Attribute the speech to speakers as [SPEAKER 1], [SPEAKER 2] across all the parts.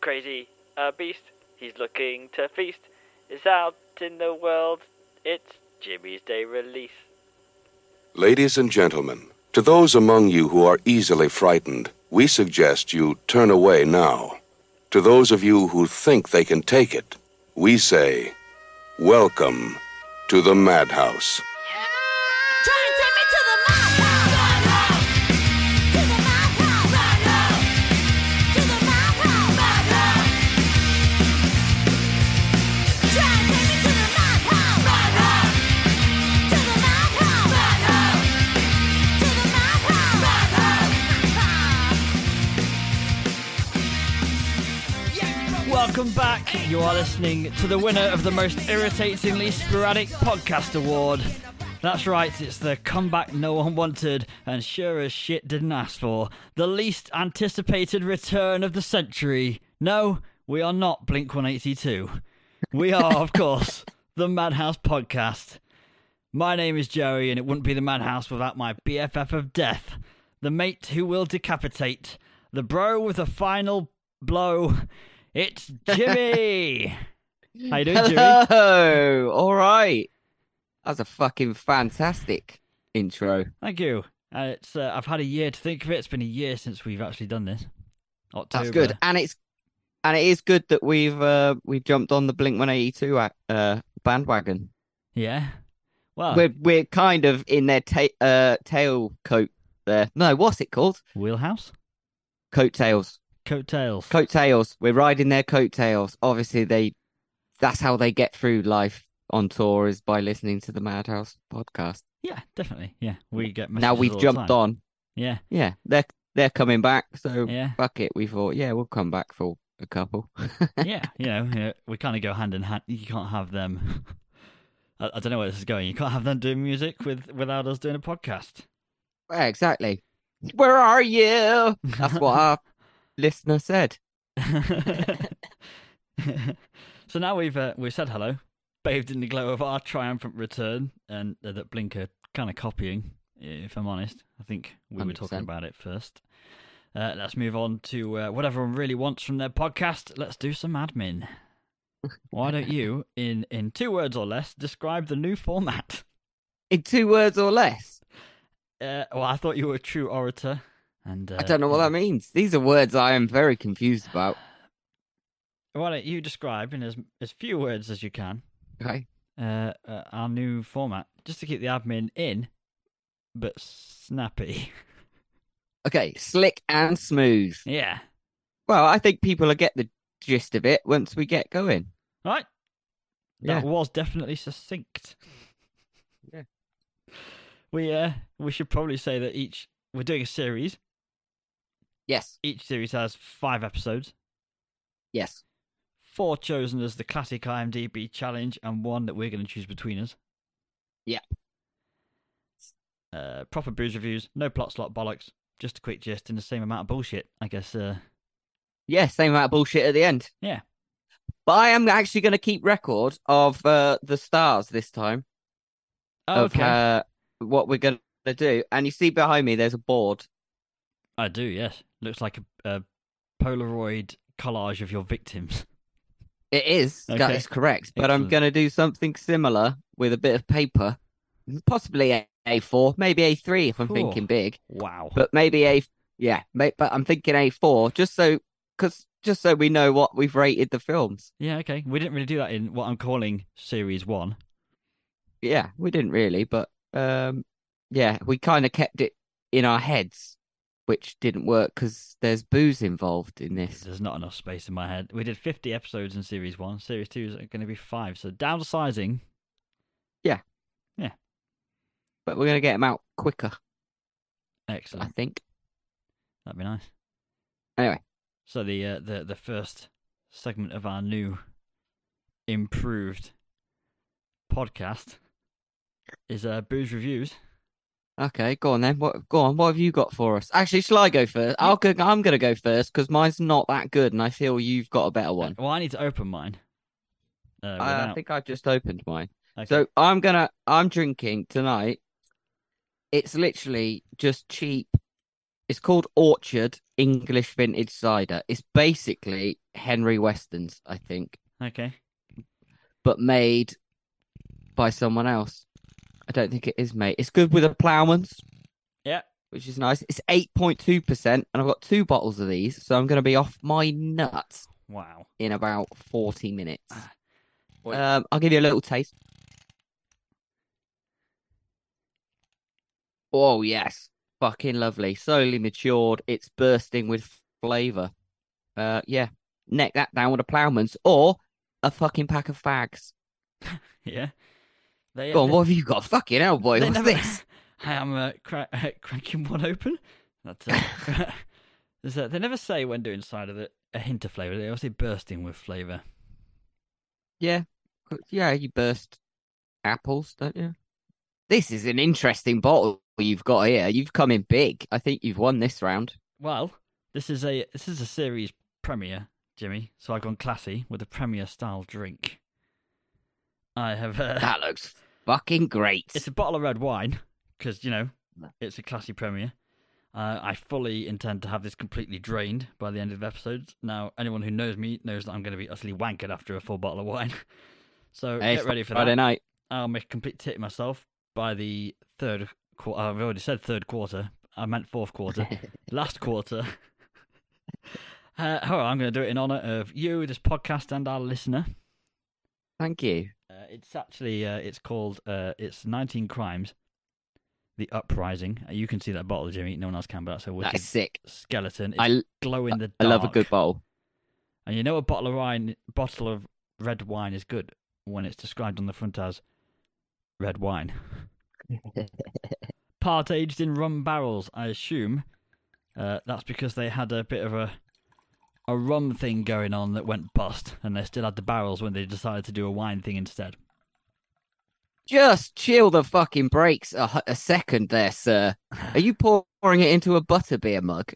[SPEAKER 1] crazy a beast. He's looking to feast. It's out in the world. It's Jimmy's Day release.
[SPEAKER 2] Ladies and gentlemen, to those among you who are easily frightened, we suggest you turn away now. To those of you who think they can take it, we say, Welcome to the Madhouse.
[SPEAKER 1] Welcome back. You are listening to the winner of the most irritatingly sporadic podcast award. That's right, it's the comeback no one wanted and sure as shit didn't ask for. The least anticipated return of the century. No, we are not Blink 182. We are, of course, the Madhouse Podcast. My name is Joey, and it wouldn't be the Madhouse without my BFF of death, the mate who will decapitate, the bro with the final blow. It's Jimmy. How you doing, Jimmy?
[SPEAKER 3] Hello. All right. That's a fucking fantastic intro.
[SPEAKER 1] Thank you. Uh, it's uh, I've had a year to think of it. It's been a year since we've actually done this. October.
[SPEAKER 3] That's good, and it's and it is good that we've uh, we've jumped on the Blink One Eighty Two uh, bandwagon.
[SPEAKER 1] Yeah. Well,
[SPEAKER 3] We're we're kind of in their ta- uh, tail coat there. No, what's it called?
[SPEAKER 1] wheelhouse,
[SPEAKER 3] Coattails.
[SPEAKER 1] coattails.
[SPEAKER 3] Coattails. We're riding their coattails. Obviously, they that's how they get through life on tour is by listening to the Madhouse podcast.
[SPEAKER 1] yeah, definitely. Yeah, we get
[SPEAKER 3] now
[SPEAKER 1] messages
[SPEAKER 3] we've
[SPEAKER 1] all the
[SPEAKER 3] jumped
[SPEAKER 1] time.
[SPEAKER 3] on.
[SPEAKER 1] Yeah,
[SPEAKER 3] Yeah, they're they're coming back. So
[SPEAKER 1] yeah,
[SPEAKER 3] fuck it. We thought, yeah, we'll come back for a couple.
[SPEAKER 1] yeah. You know, yeah, we kind of go hand in hand. You can't have them. I, I don't know where this is going. You can't have them doing music with without us doing a podcast.
[SPEAKER 3] Yeah, exactly. Where are you? That's what our listener said.
[SPEAKER 1] so now we've uh, we've said hello, bathed in the glow of our triumphant return, and uh, that Blinker kind of copying. If I'm honest, I think we were talking
[SPEAKER 3] 100%.
[SPEAKER 1] about it first. Uh, let's move on to uh, what everyone really wants from their podcast. Let's do some admin. Why don't you, in in two words or less, describe the new format?
[SPEAKER 3] In two words or less.
[SPEAKER 1] Uh, well, I thought you were a true orator, and uh,
[SPEAKER 3] I don't know what that means. These are words I am very confused about.
[SPEAKER 1] Why don't you describe in as as few words as you can
[SPEAKER 3] Okay.
[SPEAKER 1] uh, uh, our new format just to keep the admin in, but snappy.
[SPEAKER 3] Okay, slick and smooth.
[SPEAKER 1] yeah.
[SPEAKER 3] Well, I think people will get the gist of it once we get going.
[SPEAKER 1] Right.
[SPEAKER 3] Yeah.
[SPEAKER 1] That was definitely succinct.
[SPEAKER 3] Yeah.
[SPEAKER 1] We uh we should probably say that each we're doing a series.
[SPEAKER 3] Yes,
[SPEAKER 1] Each series has five episodes.
[SPEAKER 3] yes.
[SPEAKER 1] Four chosen as the classic IMDb challenge, and one that we're going to choose between us.
[SPEAKER 3] Yeah.
[SPEAKER 1] Uh, proper booze reviews, no plot slot bollocks, just a quick gist and the same amount of bullshit. I guess uh,
[SPEAKER 3] Yeah, same amount of bullshit at the end.
[SPEAKER 1] Yeah.
[SPEAKER 3] But I am actually going to keep record of uh, the stars this time,
[SPEAKER 1] Oh,
[SPEAKER 3] of uh, what we're going to do. And you see behind me, there's a board.
[SPEAKER 1] I do, yes. Looks like a, a Polaroid collage of your victims.
[SPEAKER 3] It is. That
[SPEAKER 1] Okay.
[SPEAKER 3] is correct. But I'm
[SPEAKER 1] Excellent.
[SPEAKER 3] going to do something similar with a bit of paper, possibly a- A4, maybe A3 if I'm
[SPEAKER 1] Cool.
[SPEAKER 3] thinking big,
[SPEAKER 1] Wow.
[SPEAKER 3] but maybe A. Yeah, ma- but I'm thinking A4 just so because just so we know what we've rated the films.
[SPEAKER 1] yeah, okay. We didn't really do that in what I'm calling series one.
[SPEAKER 3] Yeah, we didn't really, but um, yeah, we kind of kept it in our heads, which didn't work because there's booze involved in this.
[SPEAKER 1] There's not enough space in my head. We did 50 episodes in series one. Series two is going to be five. So downsizing.
[SPEAKER 3] But we're gonna get them out quicker, I
[SPEAKER 1] Excellent.
[SPEAKER 3] think.
[SPEAKER 1] That'd be nice.
[SPEAKER 3] Anyway.
[SPEAKER 1] So the uh, the the first segment of our new improved podcast is uh, booze reviews.
[SPEAKER 3] Okay, go on then. What go on? What have you got for us? Actually, shall I go first? I'll go. I'm gonna go first because mine's not that good, and I feel you've got a better one.
[SPEAKER 1] Well, I need to open mine. Uh,
[SPEAKER 3] I, I
[SPEAKER 1] without-
[SPEAKER 3] think I just opened mine.
[SPEAKER 1] okay.
[SPEAKER 3] So I'm gonna. I'm drinking tonight. It's literally just cheap It's called Orchard English Vintage Cider. It's basically Henry Weston's, I think,
[SPEAKER 1] Okay.
[SPEAKER 3] but made by someone else. I don't think it is, mate. It's good with a Plowman's.
[SPEAKER 1] Yeah.
[SPEAKER 3] Which is nice. It's 8.2%, and I've got two bottles of these, so I'm going to be off my nuts
[SPEAKER 1] Wow.
[SPEAKER 3] in about 40 minutes.
[SPEAKER 1] Wait.
[SPEAKER 3] Um, I'll give you a little taste. Oh, yes. Fucking lovely. Slowly matured. It's bursting with flavour. Uh, yeah. Neck that down with a ploughman's or a fucking pack of fags.
[SPEAKER 1] Yeah. They,
[SPEAKER 3] Go on, what have you got? Fucking hell, boy.
[SPEAKER 1] they
[SPEAKER 3] What's
[SPEAKER 1] never-
[SPEAKER 3] this?
[SPEAKER 1] I am uh, cra- cranking one open. That's, uh, is that, they never say when doing cider that a hint of flavour. They always say bursting with flavour.
[SPEAKER 3] Yeah. Yeah, you burst apples, don't you? This is an interesting bottle you've got here. You've come in big. I think you've won this round.
[SPEAKER 1] Well, this is a this is a series premiere, Jimmy. So I've gone classy with a premiere style drink. I have. Uh,
[SPEAKER 3] That looks fucking great.
[SPEAKER 1] It's a bottle of red wine because you know it's a classy premiere. Uh, I fully intend to have this completely drained by the end of the episodes. Now, anyone who knows me knows that I'm going to be utterly wankered after a full bottle of wine. So
[SPEAKER 3] Hey,
[SPEAKER 1] get
[SPEAKER 3] it's
[SPEAKER 1] ready for
[SPEAKER 3] Friday
[SPEAKER 1] that.
[SPEAKER 3] night.
[SPEAKER 1] I'll make a complete tit myself by the third quarter. I've already said third quarter. I meant fourth quarter. Last quarter. Uh, all right, I'm going to do it in honour of you, this podcast, and our listener.
[SPEAKER 3] Thank you.
[SPEAKER 1] Uh, it's actually uh, it's called uh, it's 19 crimes, the uprising. Uh, you can see that bottle, Jimmy. No one else can, but that's a wicked
[SPEAKER 3] That's sick.
[SPEAKER 1] skeleton. It's
[SPEAKER 3] I,
[SPEAKER 1] glow in the dark.
[SPEAKER 3] I love a good bottle.
[SPEAKER 1] And you know a bottle of wine, bottle of red wine is good when it's described on the front as red wine. Part aged in rum barrels, I assume. Uh, that's because they had a bit of a a rum thing going on that went bust, and they still had the barrels when they decided to do a wine thing instead.
[SPEAKER 3] Just chill the fucking brakes a, hu- a second there, sir. Are you pouring it into a butterbeer mug?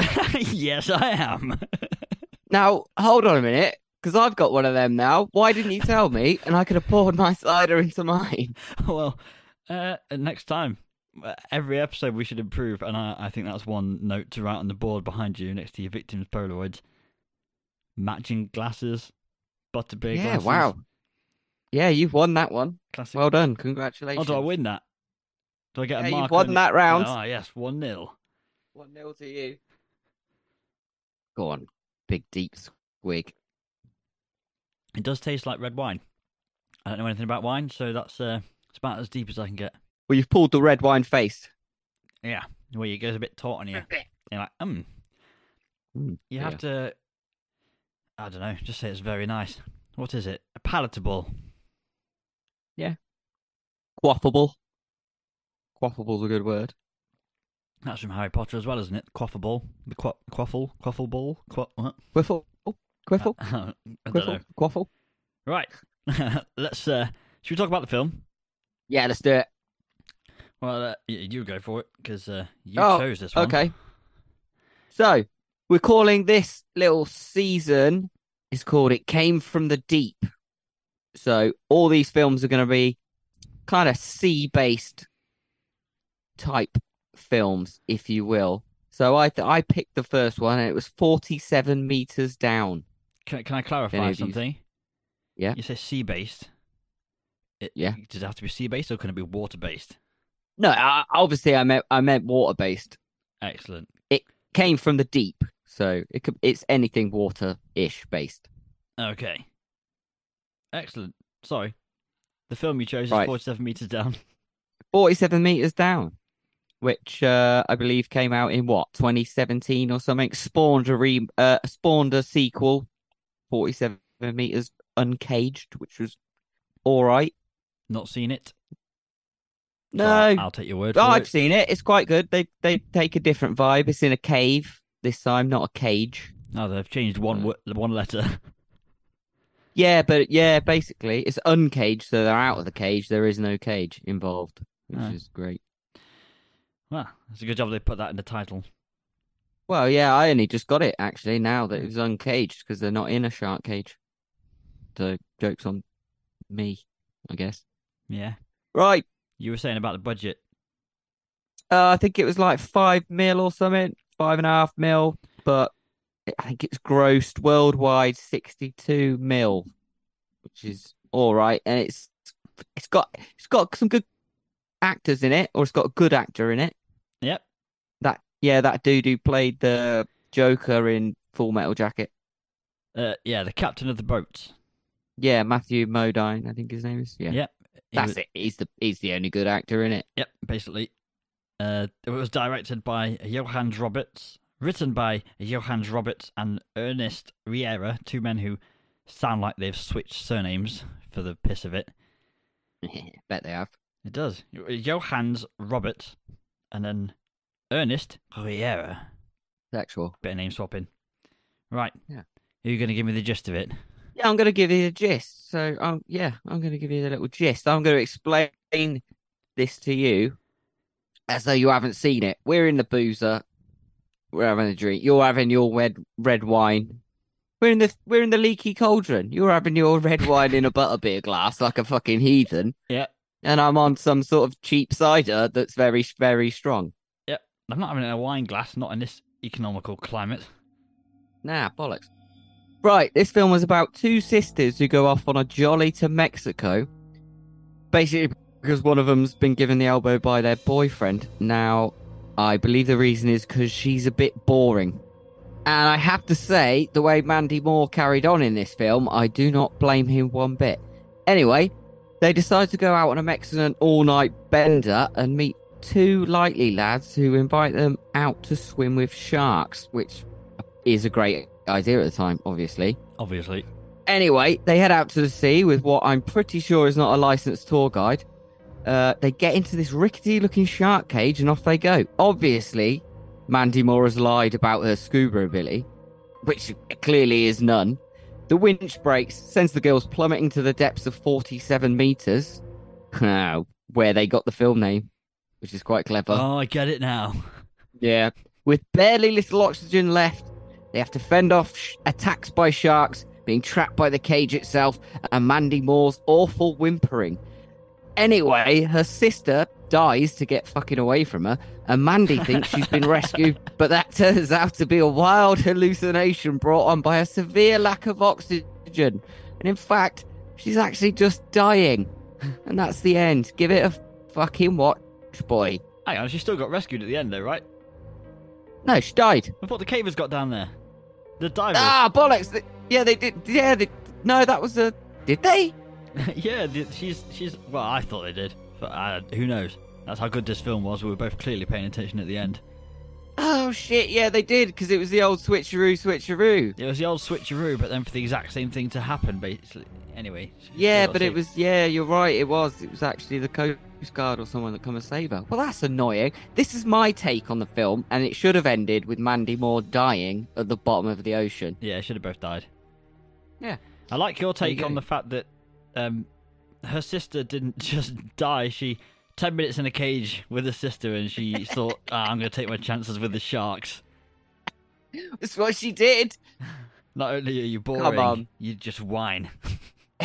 [SPEAKER 1] yes, I am.
[SPEAKER 3] now, hold on a minute, because I've got one of them now. Why didn't you tell me? And I could have poured my cider into mine.
[SPEAKER 1] well, uh, next time, Uh, every episode we should improve, and I, I think that's one note to write on the board behind you next to your victims' Polaroids. Matching glasses, butterbeer
[SPEAKER 3] yeah,
[SPEAKER 1] glasses.
[SPEAKER 3] wow. Yeah, you've won that one.
[SPEAKER 1] Classic.
[SPEAKER 3] Well done.
[SPEAKER 1] oh,
[SPEAKER 3] Congratulations.
[SPEAKER 1] do I win that? Do I get
[SPEAKER 3] Yeah,
[SPEAKER 1] a
[SPEAKER 3] you've
[SPEAKER 1] mark?
[SPEAKER 3] won that round.
[SPEAKER 1] Ah, yes, 1 0.
[SPEAKER 3] One nil to you. Go on. Big deep squig.
[SPEAKER 1] It does taste like red wine. I don't know anything about wine, so that's uh, it's about as deep as I can get.
[SPEAKER 3] Well, you've pulled the red wine face.
[SPEAKER 1] Yeah, where it goes a bit taut on you. You're like, um.
[SPEAKER 3] Mm,
[SPEAKER 1] You have to. I don't know. Just say it's very nice. What is it? A palatable.
[SPEAKER 3] Quaffable. Quaffable's a good word.
[SPEAKER 1] That's from Harry Potter as well, isn't it? Quaffable. The qua- quaffle. Quaffle ball. Qua- what?
[SPEAKER 3] Quiffle. Quiffle.
[SPEAKER 1] I don't know.
[SPEAKER 3] Quiffle. Quaffle.
[SPEAKER 1] Right. Let's. uh Should we talk about the film?
[SPEAKER 3] Yeah, let's do it.
[SPEAKER 1] Well, uh, y- you go for it because uh, you
[SPEAKER 3] Oh,
[SPEAKER 1] chose this one.
[SPEAKER 3] Okay. So we're calling this little season is called It Came From the Deep. So all these films are gonna be kind of sea based type films, if you will. So I th- I picked the first one and it was forty seven meters down.
[SPEAKER 1] Can, can I clarify
[SPEAKER 3] Any of you-
[SPEAKER 1] something?
[SPEAKER 3] Yeah.
[SPEAKER 1] You say sea based. It,
[SPEAKER 3] Yeah.
[SPEAKER 1] Does it have to be sea based or can it be water based?
[SPEAKER 3] No, I, obviously I meant I meant water based.
[SPEAKER 1] Excellent.
[SPEAKER 3] Came from the deep, so it could, it's anything water ish based.
[SPEAKER 1] Okay. Excellent. Sorry. The film you chose is
[SPEAKER 3] Right.
[SPEAKER 1] 47 meters down.
[SPEAKER 3] 47 meters down, which uh, I believe came out in what 2017 or something. Spawned a re- uh, spawned a sequel, 47 meters uncaged, which was all right.
[SPEAKER 1] Not seen it. So
[SPEAKER 3] No,
[SPEAKER 1] I'll, I'll take your word for
[SPEAKER 3] oh, I've
[SPEAKER 1] it.
[SPEAKER 3] seen it. It's quite good. They they take a different vibe. It's in a cave this time, not a cage.
[SPEAKER 1] Oh, they've changed
[SPEAKER 3] Mm.
[SPEAKER 1] one wo- one letter.
[SPEAKER 3] Yeah, but yeah, basically it's uncaged, so they're out of the cage. There is no cage involved, which
[SPEAKER 1] Oh.
[SPEAKER 3] is great.
[SPEAKER 1] Well, it's a good job they put that in the title.
[SPEAKER 3] Well, yeah, I only just got it actually now that it was uncaged because they're not in a shark cage. So jokes on me, I guess.
[SPEAKER 1] Yeah.
[SPEAKER 3] Right.
[SPEAKER 1] You were saying about the budget.
[SPEAKER 3] Uh, I think it was like five mil or something. five and a half mil, but I think it's grossed worldwide sixty-two mil, which is all right, and it's it's got it's got some good actors in it, or it's got a good actor in it.
[SPEAKER 1] Yep.
[SPEAKER 3] That yeah, that dude who played the Joker in Full Metal Jacket.
[SPEAKER 1] Uh, yeah, the captain of the boat.
[SPEAKER 3] Yeah, Matthew Modine, I think his name is. Yeah,
[SPEAKER 1] Yep. He
[SPEAKER 3] that's
[SPEAKER 1] was-
[SPEAKER 3] it. He's the he's the only good actor in it.
[SPEAKER 1] Yep, basically. Uh, it was directed by Johannes Roberts, written by Johannes Roberts and Ernest Riera, two men who sound like they've switched surnames for the piss of it.
[SPEAKER 3] Bet they have.
[SPEAKER 1] It does. Johannes Roberts and then Ernest Riera.
[SPEAKER 3] Sexual.
[SPEAKER 1] Bit of name swapping. Right.
[SPEAKER 3] Yeah.
[SPEAKER 1] Are you going to give me the gist of it?
[SPEAKER 3] Yeah, I'm going to give you the gist. So, um, yeah, I'm going to give you the little gist. I'm going to explain this to you as though you haven't seen it. We're in the boozer. We're having a drink. You're having your red red wine. We're in the we're in the leaky cauldron. You're having your red wine in a butterbeer glass like a fucking heathen.
[SPEAKER 1] Yeah.
[SPEAKER 3] And I'm on some sort of cheap cider that's very very strong.
[SPEAKER 1] I'm not having it in a wine glass, not in this economical climate.
[SPEAKER 3] Nah, bollocks. Right, this film was about two sisters who go off on a jolly to Mexico. Basically, because one of them's been given the elbow by their boyfriend. Now, I believe the reason is because she's a bit boring. And I have to say, the way Mandy Moore carried on in this film, I do not blame him one bit. Anyway, they decide to go out on a Mexican all night bender and meet two likely lads who invite them out to swim with sharks, which is a great idea at the time, obviously.
[SPEAKER 1] Obviously.
[SPEAKER 3] Anyway, they head out to the sea with what I'm pretty sure is not a licensed tour guide. Uh, they get into this rickety looking shark cage and off they go. Obviously, Mandy Moore has lied about her scuba ability, which clearly is none. The winch breaks, sends the girls plummeting to the depths of 47 meters, where they got the film name, which is quite clever.
[SPEAKER 1] oh, I get it now.
[SPEAKER 3] Yeah. With barely little oxygen left, they have to fend off sh- attacks by sharks, being trapped by the cage itself, and Mandy Moore's awful whimpering. Anyway, her sister dies to get fucking away from her, and Mandy thinks she's been rescued, but that turns out to be a wild hallucination brought on by a severe lack of oxygen. And in fact, she's actually just dying. And that's the end. Give it a fucking watch, boy.
[SPEAKER 1] Hang on, she still got rescued at the end, though, right?
[SPEAKER 3] No, she died.
[SPEAKER 1] I thought the cavers got down there. The divers.
[SPEAKER 3] Ah, bollocks! Th- Yeah, they did. Yeah, they, no, that was a. Did they?
[SPEAKER 1] yeah, the, she's she's. Well, I thought they did, but uh, who knows? That's how good this film was. We were both clearly paying attention at the end.
[SPEAKER 3] Oh shit! Yeah, they did because it was the old switcheroo, switcheroo.
[SPEAKER 1] It was the old switcheroo, but then for the exact same thing to happen, basically. Anyway. she
[SPEAKER 3] Yeah,
[SPEAKER 1] still got
[SPEAKER 3] but it
[SPEAKER 1] saved.
[SPEAKER 3] was. Yeah, you're right. It was. It was actually the Coast Guard or someone that come and save her. Well, that's annoying. This is my take on the film, and it should have ended with Mandy Moore dying at the bottom of the ocean.
[SPEAKER 1] Yeah, should have both died.
[SPEAKER 3] Yeah.
[SPEAKER 1] I like your
[SPEAKER 3] There you
[SPEAKER 1] take on
[SPEAKER 3] go.
[SPEAKER 1] the fact that um, her sister didn't just die. She ten minutes in a cage with her sister, and she thought, ah, "I'm going to take my chances with the sharks."
[SPEAKER 3] That's what she did.
[SPEAKER 1] Not only are you boring,
[SPEAKER 3] on.
[SPEAKER 1] you just whine.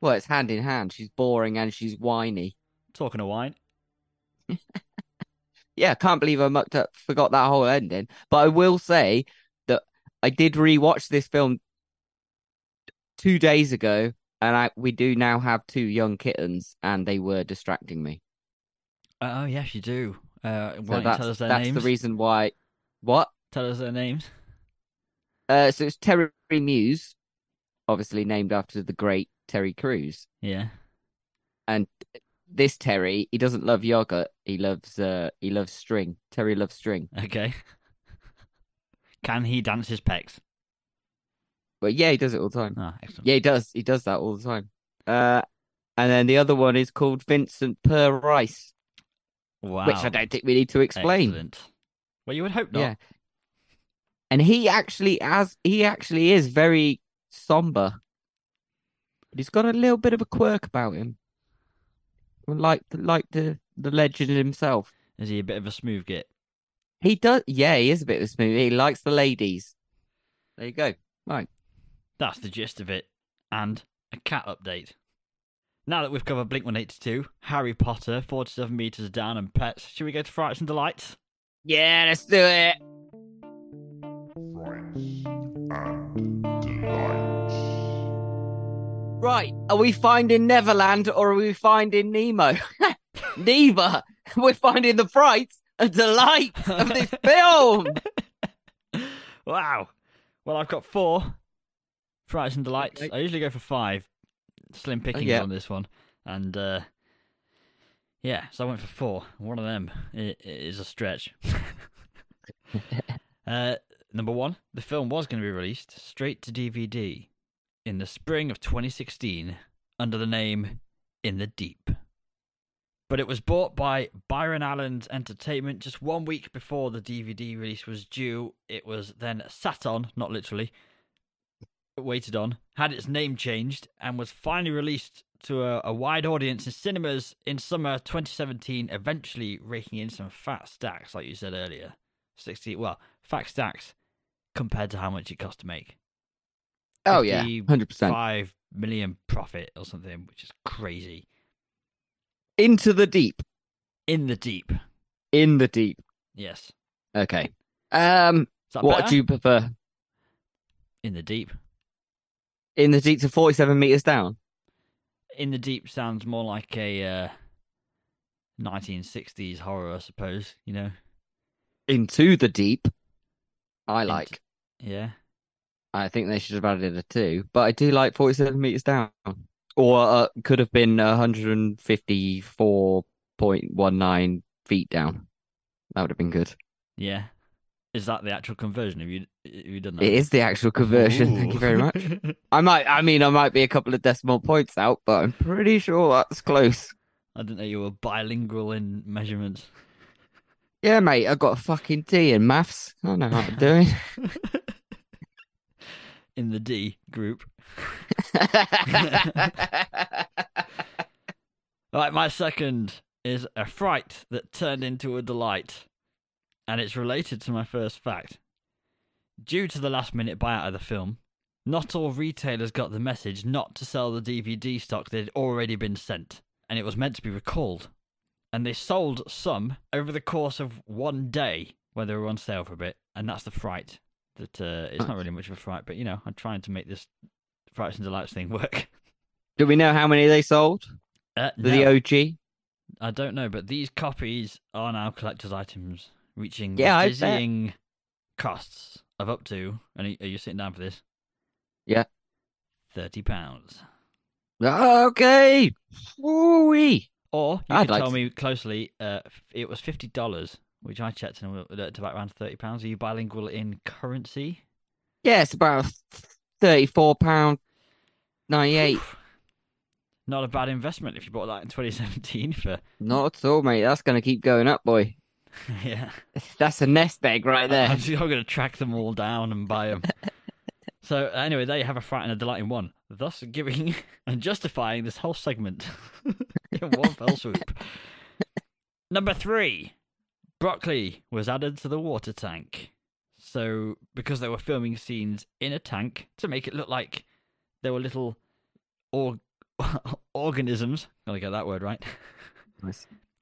[SPEAKER 3] Well, it's hand in hand. She's boring and she's whiny.
[SPEAKER 1] Talking of whine,
[SPEAKER 3] yeah, I can't believe I mucked up, forgot that whole ending. But I will say that I did rewatch this film two days ago, and I we do now have two young kittens, and they were distracting me.
[SPEAKER 1] Oh yes, you do. Uh,
[SPEAKER 3] So
[SPEAKER 1] why don't you
[SPEAKER 3] that's
[SPEAKER 1] tell us their
[SPEAKER 3] that's
[SPEAKER 1] names?
[SPEAKER 3] the reason why. What?
[SPEAKER 1] Tell us their names.
[SPEAKER 3] Uh, so it's Terry Muse, obviously named after the great Terry Crews.
[SPEAKER 1] Yeah.
[SPEAKER 3] This Terry, he doesn't love yogurt. He loves uh, he loves string. Terry loves string.
[SPEAKER 1] Okay. Can he dance his pecs?
[SPEAKER 3] But yeah, he does it all the time.
[SPEAKER 1] Ah, excellent.
[SPEAKER 3] Yeah, he does. He does that all the time. Uh, and then the other one is called Vincent Per Rice,
[SPEAKER 1] Wow.
[SPEAKER 3] which I don't think we need to explain.
[SPEAKER 1] Excellent. Well, you would hope not.
[SPEAKER 3] Yeah. And he actually has he actually is very somber. But he's got a little bit of a quirk about him. Like the like the, the legend himself.
[SPEAKER 1] Is he a bit of a smooth git?
[SPEAKER 3] He does yeah, he is a bit of a smoothie. He likes the ladies. There you go.
[SPEAKER 1] That's the gist of it. And a cat update. Now that we've covered Blink 182, Harry Potter, 47 metres down, and pets, should we go to Frights and Delights?
[SPEAKER 3] Yeah, let's do it.
[SPEAKER 4] Frights and delights.
[SPEAKER 3] Right. Are we finding Neverland or are we finding Nemo? Neither. We're finding the frights and delight of this film.
[SPEAKER 1] Wow. Well, I've got four. Fries and delights.
[SPEAKER 3] Okay.
[SPEAKER 1] I usually go for five. Slim pickings
[SPEAKER 3] yeah.
[SPEAKER 1] on this one, and uh, yeah, so I went for four. One of them i- i- is a stretch. uh, number one, the film was going to be released straight to DVD in the spring of 2016 under the name In the Deep. But it was bought by Byron Allen's Entertainment just one week before the DVD release was due. It was then sat on, not literally, waited on, had its name changed, and was finally released to a, a wide audience in cinemas in summer 2017, eventually raking in some fat stacks, like you said earlier. 60, well, fat stacks compared to how much it cost to make.
[SPEAKER 3] Oh, yeah. 100%.
[SPEAKER 1] 5 million profit or something, which is crazy.
[SPEAKER 3] Into the deep.
[SPEAKER 1] In the deep.
[SPEAKER 3] In the deep.
[SPEAKER 1] Yes. Is
[SPEAKER 3] Okay. Um,
[SPEAKER 1] that
[SPEAKER 3] what
[SPEAKER 1] better?
[SPEAKER 3] do you prefer?
[SPEAKER 1] In the deep.
[SPEAKER 3] In the deep to 47 meters down?
[SPEAKER 1] In the deep sounds more like a uh, 1960s horror, I suppose, you know.
[SPEAKER 3] Into the deep. I
[SPEAKER 1] Into-
[SPEAKER 3] like.
[SPEAKER 1] Yeah.
[SPEAKER 3] I think they should have added a two, but I do like 47 meters down. Or uh, could have been 154.19 feet down. That would have been good.
[SPEAKER 1] Yeah. Is that the actual conversion? Have you have you done that?
[SPEAKER 3] It is the actual conversion. Thank you
[SPEAKER 1] Ooh.
[SPEAKER 3] very much. I might, I mean, I might be a couple of decimal points out, but I'm pretty sure that's close.
[SPEAKER 1] I didn't know you were bilingual in measurements.
[SPEAKER 3] Yeah, mate, I got a fucking D in maths. I know how I'm doing.
[SPEAKER 1] In the D group. Right, my second is a fright that turned into a delight. And it's related to my first fact. Due to the last minute buyout of the film, not all retailers got the message not to sell the DVD stock that had already been sent, and it was meant to be recalled. And they sold some over the course of one day where they were on sale for a bit, and that's the fright. That uh, it's not really much of a fright, but you know, I'm trying to make this frights and delights thing work.
[SPEAKER 3] Do we know how many they sold?
[SPEAKER 1] Uh,
[SPEAKER 3] The
[SPEAKER 1] no.
[SPEAKER 3] OG?
[SPEAKER 1] I don't know, but these copies are now collector's items, reaching
[SPEAKER 3] Yeah, I bet.
[SPEAKER 1] dizzying costs of up to. And are- are you sitting down for this?
[SPEAKER 3] Yeah.
[SPEAKER 1] thirty pounds.
[SPEAKER 3] Okay. Ooh-wee.
[SPEAKER 1] Or you
[SPEAKER 3] I'd
[SPEAKER 1] could
[SPEAKER 3] like
[SPEAKER 1] tell
[SPEAKER 3] to-
[SPEAKER 1] me closely. Uh, f- it was fifty dollars, which I checked and it worked to about around thirty pounds. Are you bilingual in currency?
[SPEAKER 3] Yeah, it's about thirty-four pound ninety-eight.
[SPEAKER 1] Oof. Not a bad investment if you bought that in 2017 for
[SPEAKER 3] Not at all, mate. That's gonna keep going up, boy.
[SPEAKER 1] yeah.
[SPEAKER 3] That's a nest egg right
[SPEAKER 1] I'm,
[SPEAKER 3] there.
[SPEAKER 1] just- I'm going to track them all down and buy them. so anyway, they have a fright and a delight in one, thus giving and justifying this whole segment in one fell swoop. Number three, broccoli was added to the water tank. So because they were filming scenes in a tank to make it look like there were little org- organisms. Gotta get that word right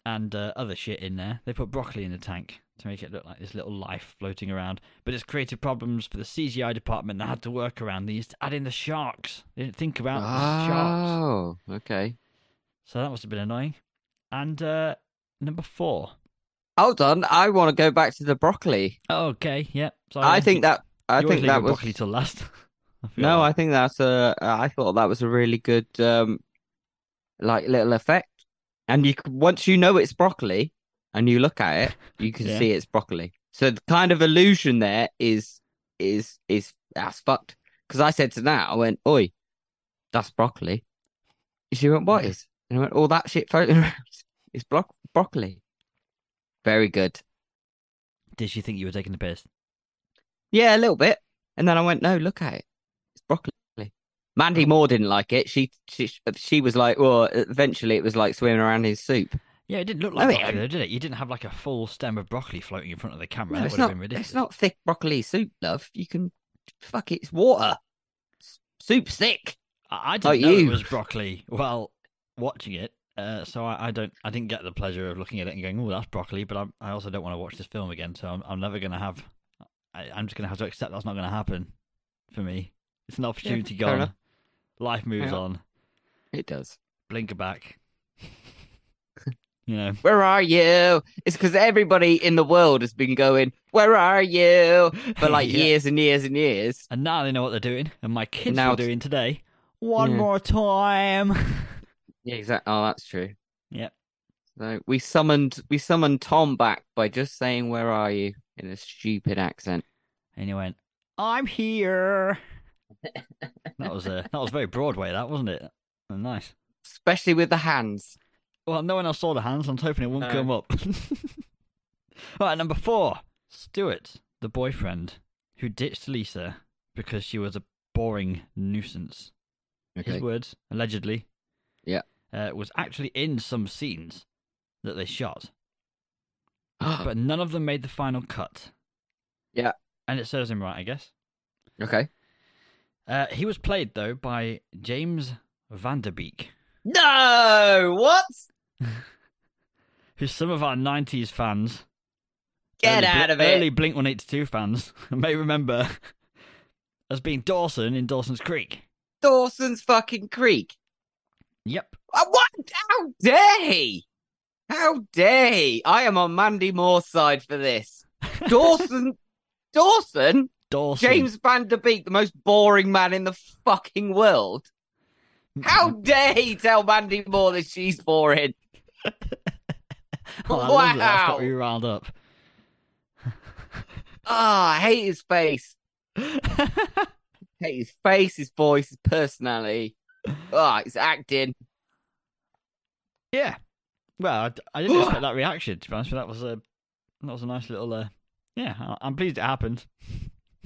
[SPEAKER 1] and uh, other shit in there. They put broccoli in the tank to make it look like this little life floating around. But it's created problems for the CGI department that had to work around these to add in the sharks. They didn't think about the sharks.
[SPEAKER 3] Oh, okay.
[SPEAKER 1] So that must have been annoying. And uh, number four.
[SPEAKER 3] Hold on. I want to go back to the broccoli.
[SPEAKER 1] Oh, okay, yeah. Sorry.
[SPEAKER 3] I think that. I
[SPEAKER 1] You always
[SPEAKER 3] think
[SPEAKER 1] leave
[SPEAKER 3] that
[SPEAKER 1] your
[SPEAKER 3] was.
[SPEAKER 1] broccoli till last. I feel
[SPEAKER 3] No, I
[SPEAKER 1] like-
[SPEAKER 3] think that's a. uh, I thought that was a really good, um, like little effect. And you c- once you know it's broccoli, and you look at it, you can
[SPEAKER 1] Yeah.
[SPEAKER 3] see it's broccoli. So the kind of illusion there is is is that's fucked. Because I said to Nat, I went, "Oi, that's broccoli." And She went, "What is?" And I went, "All that shit floating around is bro- broccoli." Very good.
[SPEAKER 1] Did she think you were taking the piss?
[SPEAKER 3] Yeah, a little bit. And then I went, no, look at it. It's broccoli. Mandy Moore didn't like it. She she she was like, well, eventually it was like swimming around in soup.
[SPEAKER 1] Yeah, it didn't look
[SPEAKER 3] No,
[SPEAKER 1] like
[SPEAKER 3] it-
[SPEAKER 1] broccoli, though, did it? You didn't have like a full stem of broccoli floating in front of the camera.
[SPEAKER 3] No,
[SPEAKER 1] that
[SPEAKER 3] it's
[SPEAKER 1] would have
[SPEAKER 3] not.
[SPEAKER 1] been ridiculous.
[SPEAKER 3] It's not thick broccoli soup, love. You can fuck it. It's water. S- Soup's thick.
[SPEAKER 1] I, I
[SPEAKER 3] Like
[SPEAKER 1] didn't know it
[SPEAKER 3] you.
[SPEAKER 1] was broccoli. Well, watching it, Uh, so I, I don't, I didn't get the pleasure of looking at it and going, "Oh, that's broccoli," but I'm, I also don't want to watch this film again. So I'm, I'm never going to have. I, I'm just going to have to accept that's not going to happen for me. It's an opportunity
[SPEAKER 3] fair
[SPEAKER 1] gone.
[SPEAKER 3] enough.
[SPEAKER 1] Life moves
[SPEAKER 3] Yeah.
[SPEAKER 1] on.
[SPEAKER 3] It does.
[SPEAKER 1] Blinker back. you know,
[SPEAKER 3] Where are you? It's because everybody in the world has been going, Where are you? For like
[SPEAKER 1] Yeah.
[SPEAKER 3] years and years and years.
[SPEAKER 1] and now they know what they're doing, and my kids
[SPEAKER 3] Now
[SPEAKER 1] are
[SPEAKER 3] it's-
[SPEAKER 1] doing today. One
[SPEAKER 3] Yeah.
[SPEAKER 1] more time.
[SPEAKER 3] Yeah, exactly. Oh, that's true.
[SPEAKER 1] Yep.
[SPEAKER 3] So we summoned we summoned Tom back by just saying, Where are you? in a stupid accent.
[SPEAKER 1] and he went, "I'm here." that was uh, that was very Broadway, that wasn't it? Oh, Nice.
[SPEAKER 3] Especially with the hands.
[SPEAKER 1] Well, no one else saw the hands. I'm hoping it won't
[SPEAKER 3] No.
[SPEAKER 1] come up. All right, number four. Stuart, the boyfriend who ditched Lisa because she was a boring nuisance. His words, allegedly.
[SPEAKER 3] Yeah.
[SPEAKER 1] Uh, was actually in some scenes that they shot, but none of them made the final cut.
[SPEAKER 3] Oh. Yeah.
[SPEAKER 1] And it serves him right, I guess.
[SPEAKER 3] okay.
[SPEAKER 1] Uh, he was played, though, by James Vanderbeek,
[SPEAKER 3] No what?
[SPEAKER 1] who's some of our 90s fans
[SPEAKER 3] Get
[SPEAKER 1] early Bl-
[SPEAKER 3] out of it.
[SPEAKER 1] Early Blink 182 fans may remember as being Dawson in Dawson's Creek.
[SPEAKER 3] Dawson's fucking Creek.
[SPEAKER 1] Yep.
[SPEAKER 3] Uh, What? How dare he? How dare he? I am on Mandy Moore's side for this. Dawson, Dawson,
[SPEAKER 1] Dawson.
[SPEAKER 3] James Van Der Beek, the most boring man in the fucking world. How dare he tell Mandy Moore that she's boring?
[SPEAKER 1] Oh, I love that. That's
[SPEAKER 3] Wow.
[SPEAKER 1] got me riled up.
[SPEAKER 3] Ah, I hate his face. Hate his face, his voice, his personality. Ah, his acting.
[SPEAKER 1] yeah. Well, I, I didn't expect that reaction, to be honest, but that was a, that was a nice little. Uh, yeah, I- I'm pleased it happened.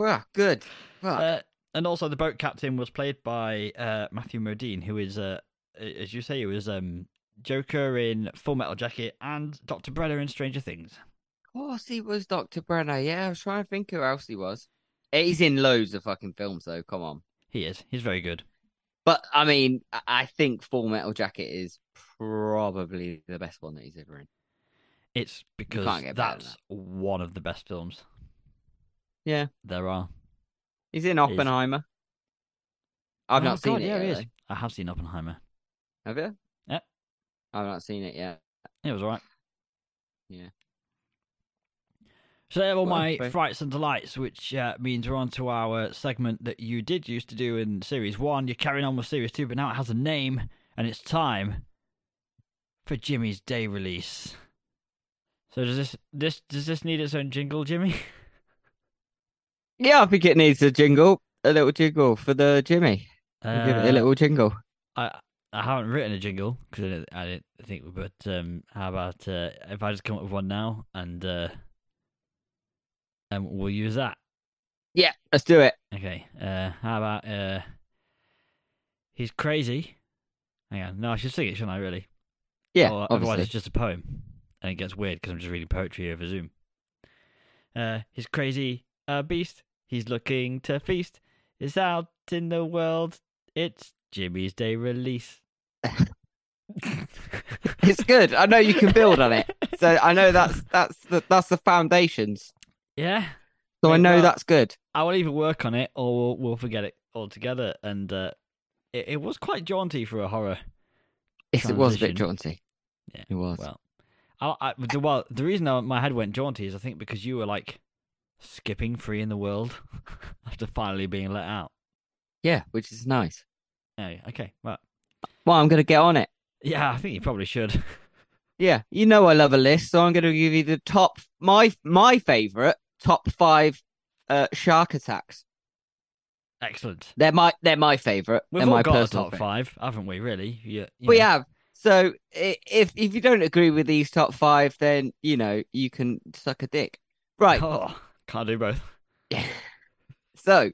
[SPEAKER 3] Ah, good. Fuck.
[SPEAKER 1] Uh, and also, the boat captain was played by uh, Matthew Modine, who is, uh, as you say, he was um, Joker in Full Metal Jacket and Dr. Brenner in Stranger Things.
[SPEAKER 3] Of course he was Dr. Brenner. Yeah, I was trying to think who else he was. He's in loads of fucking films though, come on.
[SPEAKER 1] He is. He's very good.
[SPEAKER 3] But I mean, I- I think Full Metal Jacket is probably the best one that he's ever in.
[SPEAKER 1] It's because
[SPEAKER 3] can't get better than
[SPEAKER 1] that's one of the best films.
[SPEAKER 3] Yeah.
[SPEAKER 1] There are.
[SPEAKER 3] He's in Oppenheimer. I've
[SPEAKER 1] Oh,
[SPEAKER 3] not seen
[SPEAKER 1] God,
[SPEAKER 3] it
[SPEAKER 1] Yeah,
[SPEAKER 3] yet.
[SPEAKER 1] he is.
[SPEAKER 3] though.
[SPEAKER 1] I have seen Oppenheimer.
[SPEAKER 3] Have you?
[SPEAKER 1] Yep.
[SPEAKER 3] I've not seen it yet.
[SPEAKER 1] It was alright.
[SPEAKER 3] Yeah.
[SPEAKER 1] So there are all
[SPEAKER 3] Well,
[SPEAKER 1] my
[SPEAKER 3] fair.
[SPEAKER 1] frights and delights, which uh, means we're on to our segment that you did used to do in series one. You're carrying on with series two, but now it has a name, and it's time for Jimmy's day release. So does this this does this need its own jingle, Jimmy?
[SPEAKER 3] Yeah, I think it needs a jingle. A little jingle for the Jimmy. We'll give it a
[SPEAKER 1] Uh,
[SPEAKER 3] little jingle.
[SPEAKER 1] I I haven't written a jingle because I didn't, I didn't think. But um, how about uh, if I just come up with one now and uh, and we'll use that.
[SPEAKER 3] Yeah, let's do it.
[SPEAKER 1] Okay. Uh, how about uh, he's crazy. Hang on. No, I should sing it, shouldn't I? Really?
[SPEAKER 3] Yeah,
[SPEAKER 1] Or Oh, otherwise,
[SPEAKER 3] obviously.
[SPEAKER 1] it's just a poem, and it gets weird because I'm just reading poetry over Zoom. Uh, he's crazy, a beast. He's looking to feast. It's out in the world. It's Jimmy's day release.
[SPEAKER 3] It's good. I know you can build on it. So I know that's that's the, that's the foundations.
[SPEAKER 1] yeah,
[SPEAKER 3] So I
[SPEAKER 1] Very
[SPEAKER 3] know
[SPEAKER 1] well.
[SPEAKER 3] that's good.
[SPEAKER 1] I will either work on it or we'll, we'll forget it altogether. And uh, it, it was quite jaunty for a horror.
[SPEAKER 3] Yes, it was a bit
[SPEAKER 1] Transition.
[SPEAKER 3] jaunty.
[SPEAKER 1] Yeah,
[SPEAKER 3] It was.
[SPEAKER 1] Well, I, I, the, well, the reason I, my head went jaunty is I think because you were like skipping free in the world after finally being let out.
[SPEAKER 3] Yeah, which is nice.
[SPEAKER 1] Yeah, okay, well,
[SPEAKER 3] Well, I'm going to get on it.
[SPEAKER 1] yeah, I think you probably should.
[SPEAKER 3] Yeah, you know I love a list, so I'm going to give you the top my my favorite top five uh, shark attacks.
[SPEAKER 1] Excellent.
[SPEAKER 3] They're my they're my favorite.
[SPEAKER 1] We've
[SPEAKER 3] they're
[SPEAKER 1] all
[SPEAKER 3] my
[SPEAKER 1] got a
[SPEAKER 3] personal
[SPEAKER 1] top
[SPEAKER 3] favorite.
[SPEAKER 1] five, haven't we? Really? Yeah. you
[SPEAKER 3] We
[SPEAKER 1] know.
[SPEAKER 3] have. So i- if if you don't agree with these top five, then you know you can suck a dick. Right.
[SPEAKER 1] Oh, can't do both.
[SPEAKER 3] So,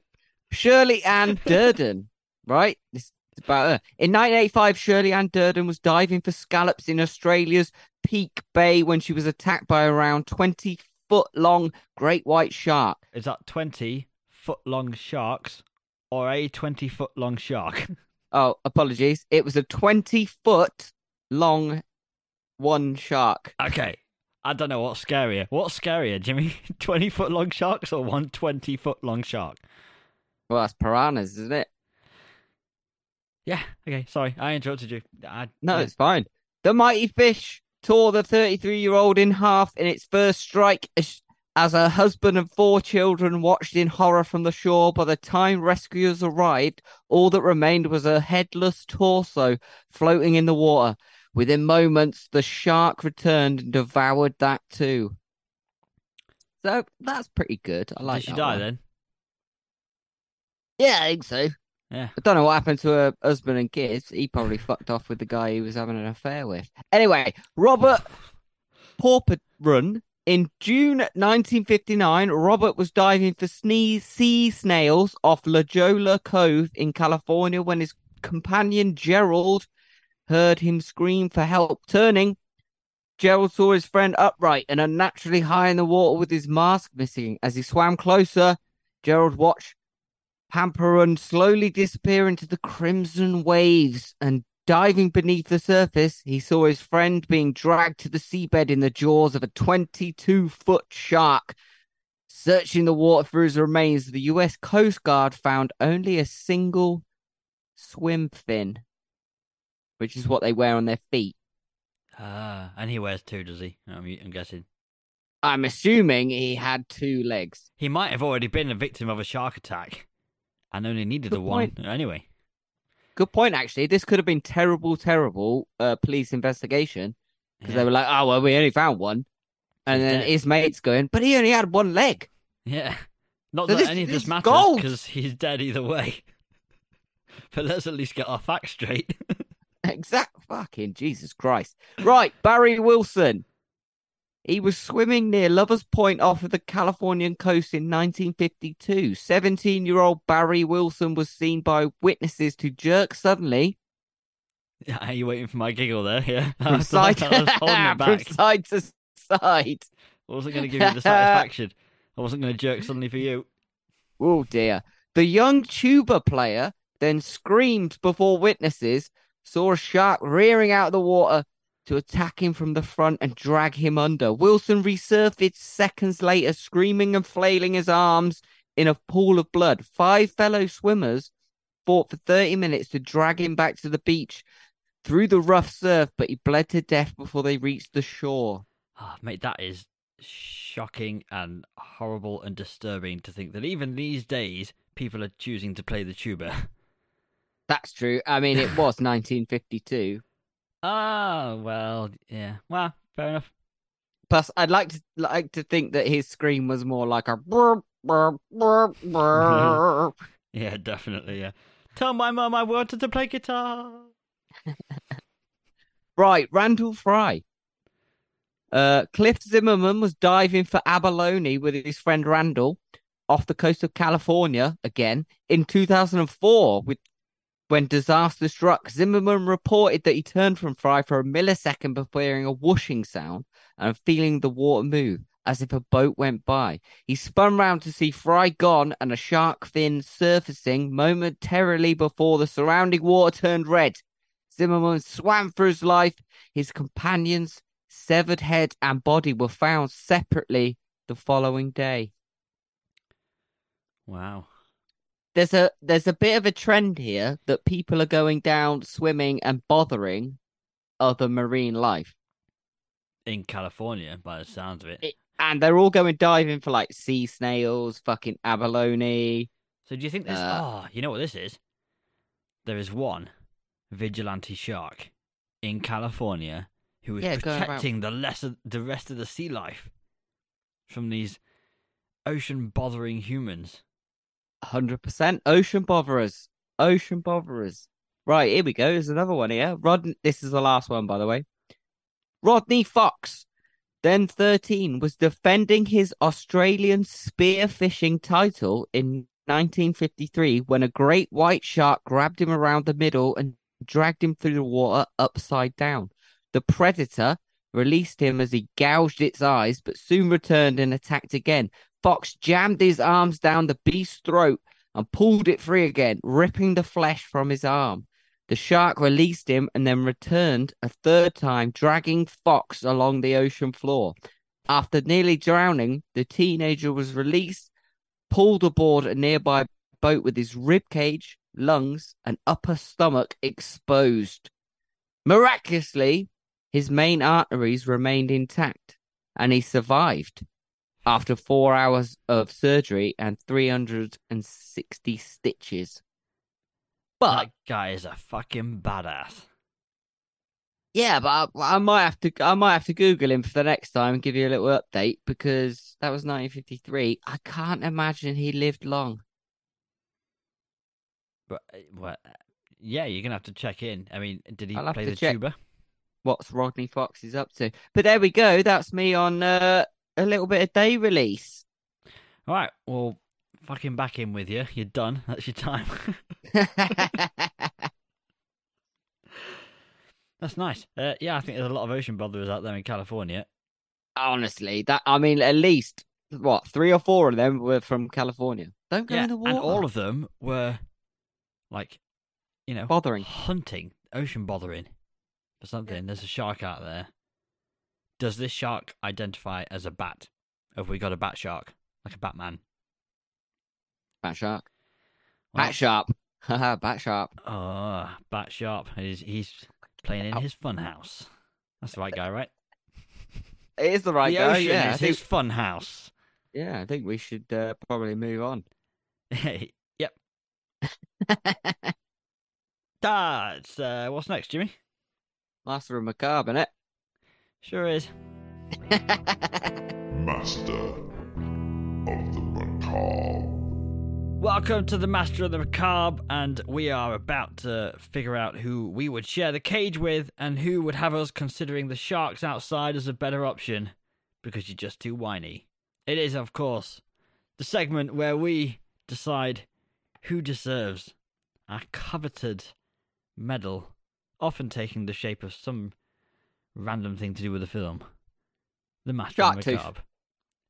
[SPEAKER 3] Shirley Ann Durden, right? This is about her. In 1985, Shirley Ann Durden was diving for scallops in Australia's Peak Bay when she was attacked by around 20 foot long great white shark.
[SPEAKER 1] Is that twenty foot long sharks or a twenty foot long shark?
[SPEAKER 3] Oh, apologies. It was a 20 foot long, one shark.
[SPEAKER 1] Okay. I don't know what's scarier. What's scarier, Jimmy? 20 foot long sharks or one 20 foot long shark?
[SPEAKER 3] Well, that's piranhas, isn't it?
[SPEAKER 1] Yeah. Okay. Sorry. I interrupted you. I,
[SPEAKER 3] No,
[SPEAKER 1] yeah.
[SPEAKER 3] it's fine. The mighty fish tore the 33 year old in half in its first strike as, as her husband and four children watched in horror from the shore. By the time rescuers arrived, all that remained was her headless torso floating in the water. Within moments, the shark returned and devoured that too. So that's pretty good. I like
[SPEAKER 1] Did she
[SPEAKER 3] that
[SPEAKER 1] die
[SPEAKER 3] one.
[SPEAKER 1] then?
[SPEAKER 3] Yeah, I think so.
[SPEAKER 1] Yeah.
[SPEAKER 3] I don't know what happened to her husband and kids. He probably fucked off with the guy he was having an affair with. Anyway, Robert Run In June 1959, Robert was diving for sne- sea snails off La Jolla Cove in California when his companion Gerald heard him scream for help. Turning, Gerald saw his friend upright and unnaturally high in the water with his mask missing. As he swam closer, Gerald watched Pamperun slowly disappear into the crimson waves and diving beneath the surface, he saw his friend being dragged to the seabed in the jaws of a 22 foot shark. Searching the water for his remains, the US Coast Guard found only a single swim fin, which is what they wear on their feet.
[SPEAKER 1] Ah, and he wears two, does he? I'm, I'm guessing.
[SPEAKER 3] I'm assuming he had two legs.
[SPEAKER 1] He might have already been a victim of a shark attack and only needed
[SPEAKER 3] Good
[SPEAKER 1] the one anyway.
[SPEAKER 3] Good point, actually. This could have been terrible, terrible uh, police investigation. because
[SPEAKER 1] Yeah.
[SPEAKER 3] they were like, "Oh well, we only found one," and
[SPEAKER 1] He's
[SPEAKER 3] then
[SPEAKER 1] dead.
[SPEAKER 3] his mates going, "But he only had one leg."
[SPEAKER 1] Yeah. Not
[SPEAKER 3] So
[SPEAKER 1] that
[SPEAKER 3] this-
[SPEAKER 1] any of
[SPEAKER 3] this
[SPEAKER 1] this
[SPEAKER 3] is
[SPEAKER 1] matters
[SPEAKER 3] gold.
[SPEAKER 1] because he's dead either way. but let's at least get our facts straight.
[SPEAKER 3] Exact fucking Jesus Christ! Right, Barry Wilson. He was swimming near Lovers Point off of the Californian coast in 1952. 17 year old Barry Wilson was seen by witnesses to jerk suddenly
[SPEAKER 1] Yeah, Are you waiting for my giggle there? Yeah. I
[SPEAKER 3] from
[SPEAKER 1] was-
[SPEAKER 3] side,
[SPEAKER 1] I was holding it
[SPEAKER 3] from
[SPEAKER 1] back.
[SPEAKER 3] side to side.
[SPEAKER 1] I wasn't going to give you the satisfaction. I wasn't going to jerk suddenly for you.
[SPEAKER 3] Oh dear. The young tuba player then screamed before witnesses, saw a shark rearing out of the water to attack him from the front and drag him under. Wilson resurfaced seconds later, screaming and flailing his arms in a pool of blood. Five fellow swimmers fought for 30 minutes to drag him back to the beach through the rough surf, but he bled to death before they reached the shore.
[SPEAKER 1] Ah, mate, that is shocking and horrible and disturbing to think that even these days people are choosing to play the tuba.
[SPEAKER 3] That's true. I mean, it was 1952,
[SPEAKER 1] Ah, well, yeah. Well, fair enough.
[SPEAKER 3] Plus, I'd like to like to think that his scream was more like a burp, burp, burp, burp.
[SPEAKER 1] Yeah, definitely, yeah. Tell my mum I wanted to play guitar.
[SPEAKER 3] right. Randall Fry. Uh, Cliff Zimmerman was diving for abalone with his friend Randall off the coast of California again in 2004. With when disaster struck, Zimmerman reported that he turned from Fry for a millisecond before hearing a whooshing sound and feeling the water move as if a boat went by. He spun round to see Fry gone and a shark fin surfacing momentarily before the surrounding water turned red. Zimmerman swam for his life. His companion's severed head and body were found separately the following day.
[SPEAKER 1] Wow.
[SPEAKER 3] There's a there's a bit of a trend here that people are going down swimming and bothering other marine life.
[SPEAKER 1] In California, by the sounds of it.
[SPEAKER 3] It- And they're all going diving for like sea snails, fucking abalone.
[SPEAKER 1] So do you think this?
[SPEAKER 3] Uh,
[SPEAKER 1] oh, you know what this is? There is one vigilante shark in California who is
[SPEAKER 3] Yeah, going around-
[SPEAKER 1] protecting the lesser, the rest of the sea life from these ocean-bothering humans.
[SPEAKER 3] 100% ocean botherers. Ocean botherers. Right, here we go. There's another one here. Rod this is the last one by the way. Rodney Fox, then 13, was defending his Australian spearfishing title in 1953 when a great white shark grabbed him around the middle and dragged him through the water upside down. The predator released him as he gouged its eyes but soon returned and attacked again. Fox jammed his arms down the beast's throat and pulled it free again, ripping the flesh from his arm. The shark released him and then returned a third time, dragging Fox along the ocean floor. After nearly drowning, the teenager was released, pulled aboard a nearby boat with his ribcage, lungs, and upper stomach exposed. Miraculously, his main arteries remained intact and he survived after four hours of surgery and 360 stitches. But
[SPEAKER 1] that guy is a fucking badass.
[SPEAKER 3] yeah, but I, I might have to I might have to Google him for the next time and give you a little update because that was 1953. I can't imagine he lived long.
[SPEAKER 1] But uh, well, uh, yeah, you're gonna have to check in. I mean, did he
[SPEAKER 3] I'll have
[SPEAKER 1] play
[SPEAKER 3] to
[SPEAKER 1] the
[SPEAKER 3] check.
[SPEAKER 1] tuba?
[SPEAKER 3] What's Rodney Fox is up to? But there we go. That's me on uh, a little bit of day release.
[SPEAKER 1] All right. Well, fucking back in with you. You're done. That's your time. That's nice. Uh, yeah, I think there's a lot of ocean botherers out there in California.
[SPEAKER 3] Honestly, that I mean, at least what three or four of them were from California. Don't go
[SPEAKER 1] Yeah,
[SPEAKER 3] in the water.
[SPEAKER 1] and all of them were like, you know,
[SPEAKER 3] Bothering.
[SPEAKER 1] hunting, ocean bothering for something. There's a shark out there. Does this shark identify as a bat? Have we got a bat shark, like a Batman?
[SPEAKER 3] Bat shark.
[SPEAKER 1] Well,
[SPEAKER 3] Bat sharp. Haha, bat sharp.
[SPEAKER 1] Oh, Bat Sharp. He's, he's playing in
[SPEAKER 3] Ow.
[SPEAKER 1] his fun house. That's the right guy, right?
[SPEAKER 3] It is the right
[SPEAKER 1] the
[SPEAKER 3] guy.
[SPEAKER 1] ocean
[SPEAKER 3] yeah, I
[SPEAKER 1] is
[SPEAKER 3] think,
[SPEAKER 1] his fun house.
[SPEAKER 3] yeah, I think we should uh, probably move on.
[SPEAKER 1] yep. That's, uh, what's next, Jimmy?
[SPEAKER 3] Master of eh? Macabre, innit?
[SPEAKER 1] Sure is.
[SPEAKER 4] Master of the Macabre.
[SPEAKER 1] Welcome to the Master of the Macabre, and we are about to figure out who we would share the cage with and who would have us considering the sharks outside as a better option because you're just too whiny. It is, of course, the segment where we decide who deserves our coveted medal, often taking the shape of some random thing to do with the film. The Master
[SPEAKER 3] Shark
[SPEAKER 1] of the
[SPEAKER 3] tooth.
[SPEAKER 1] Macabre.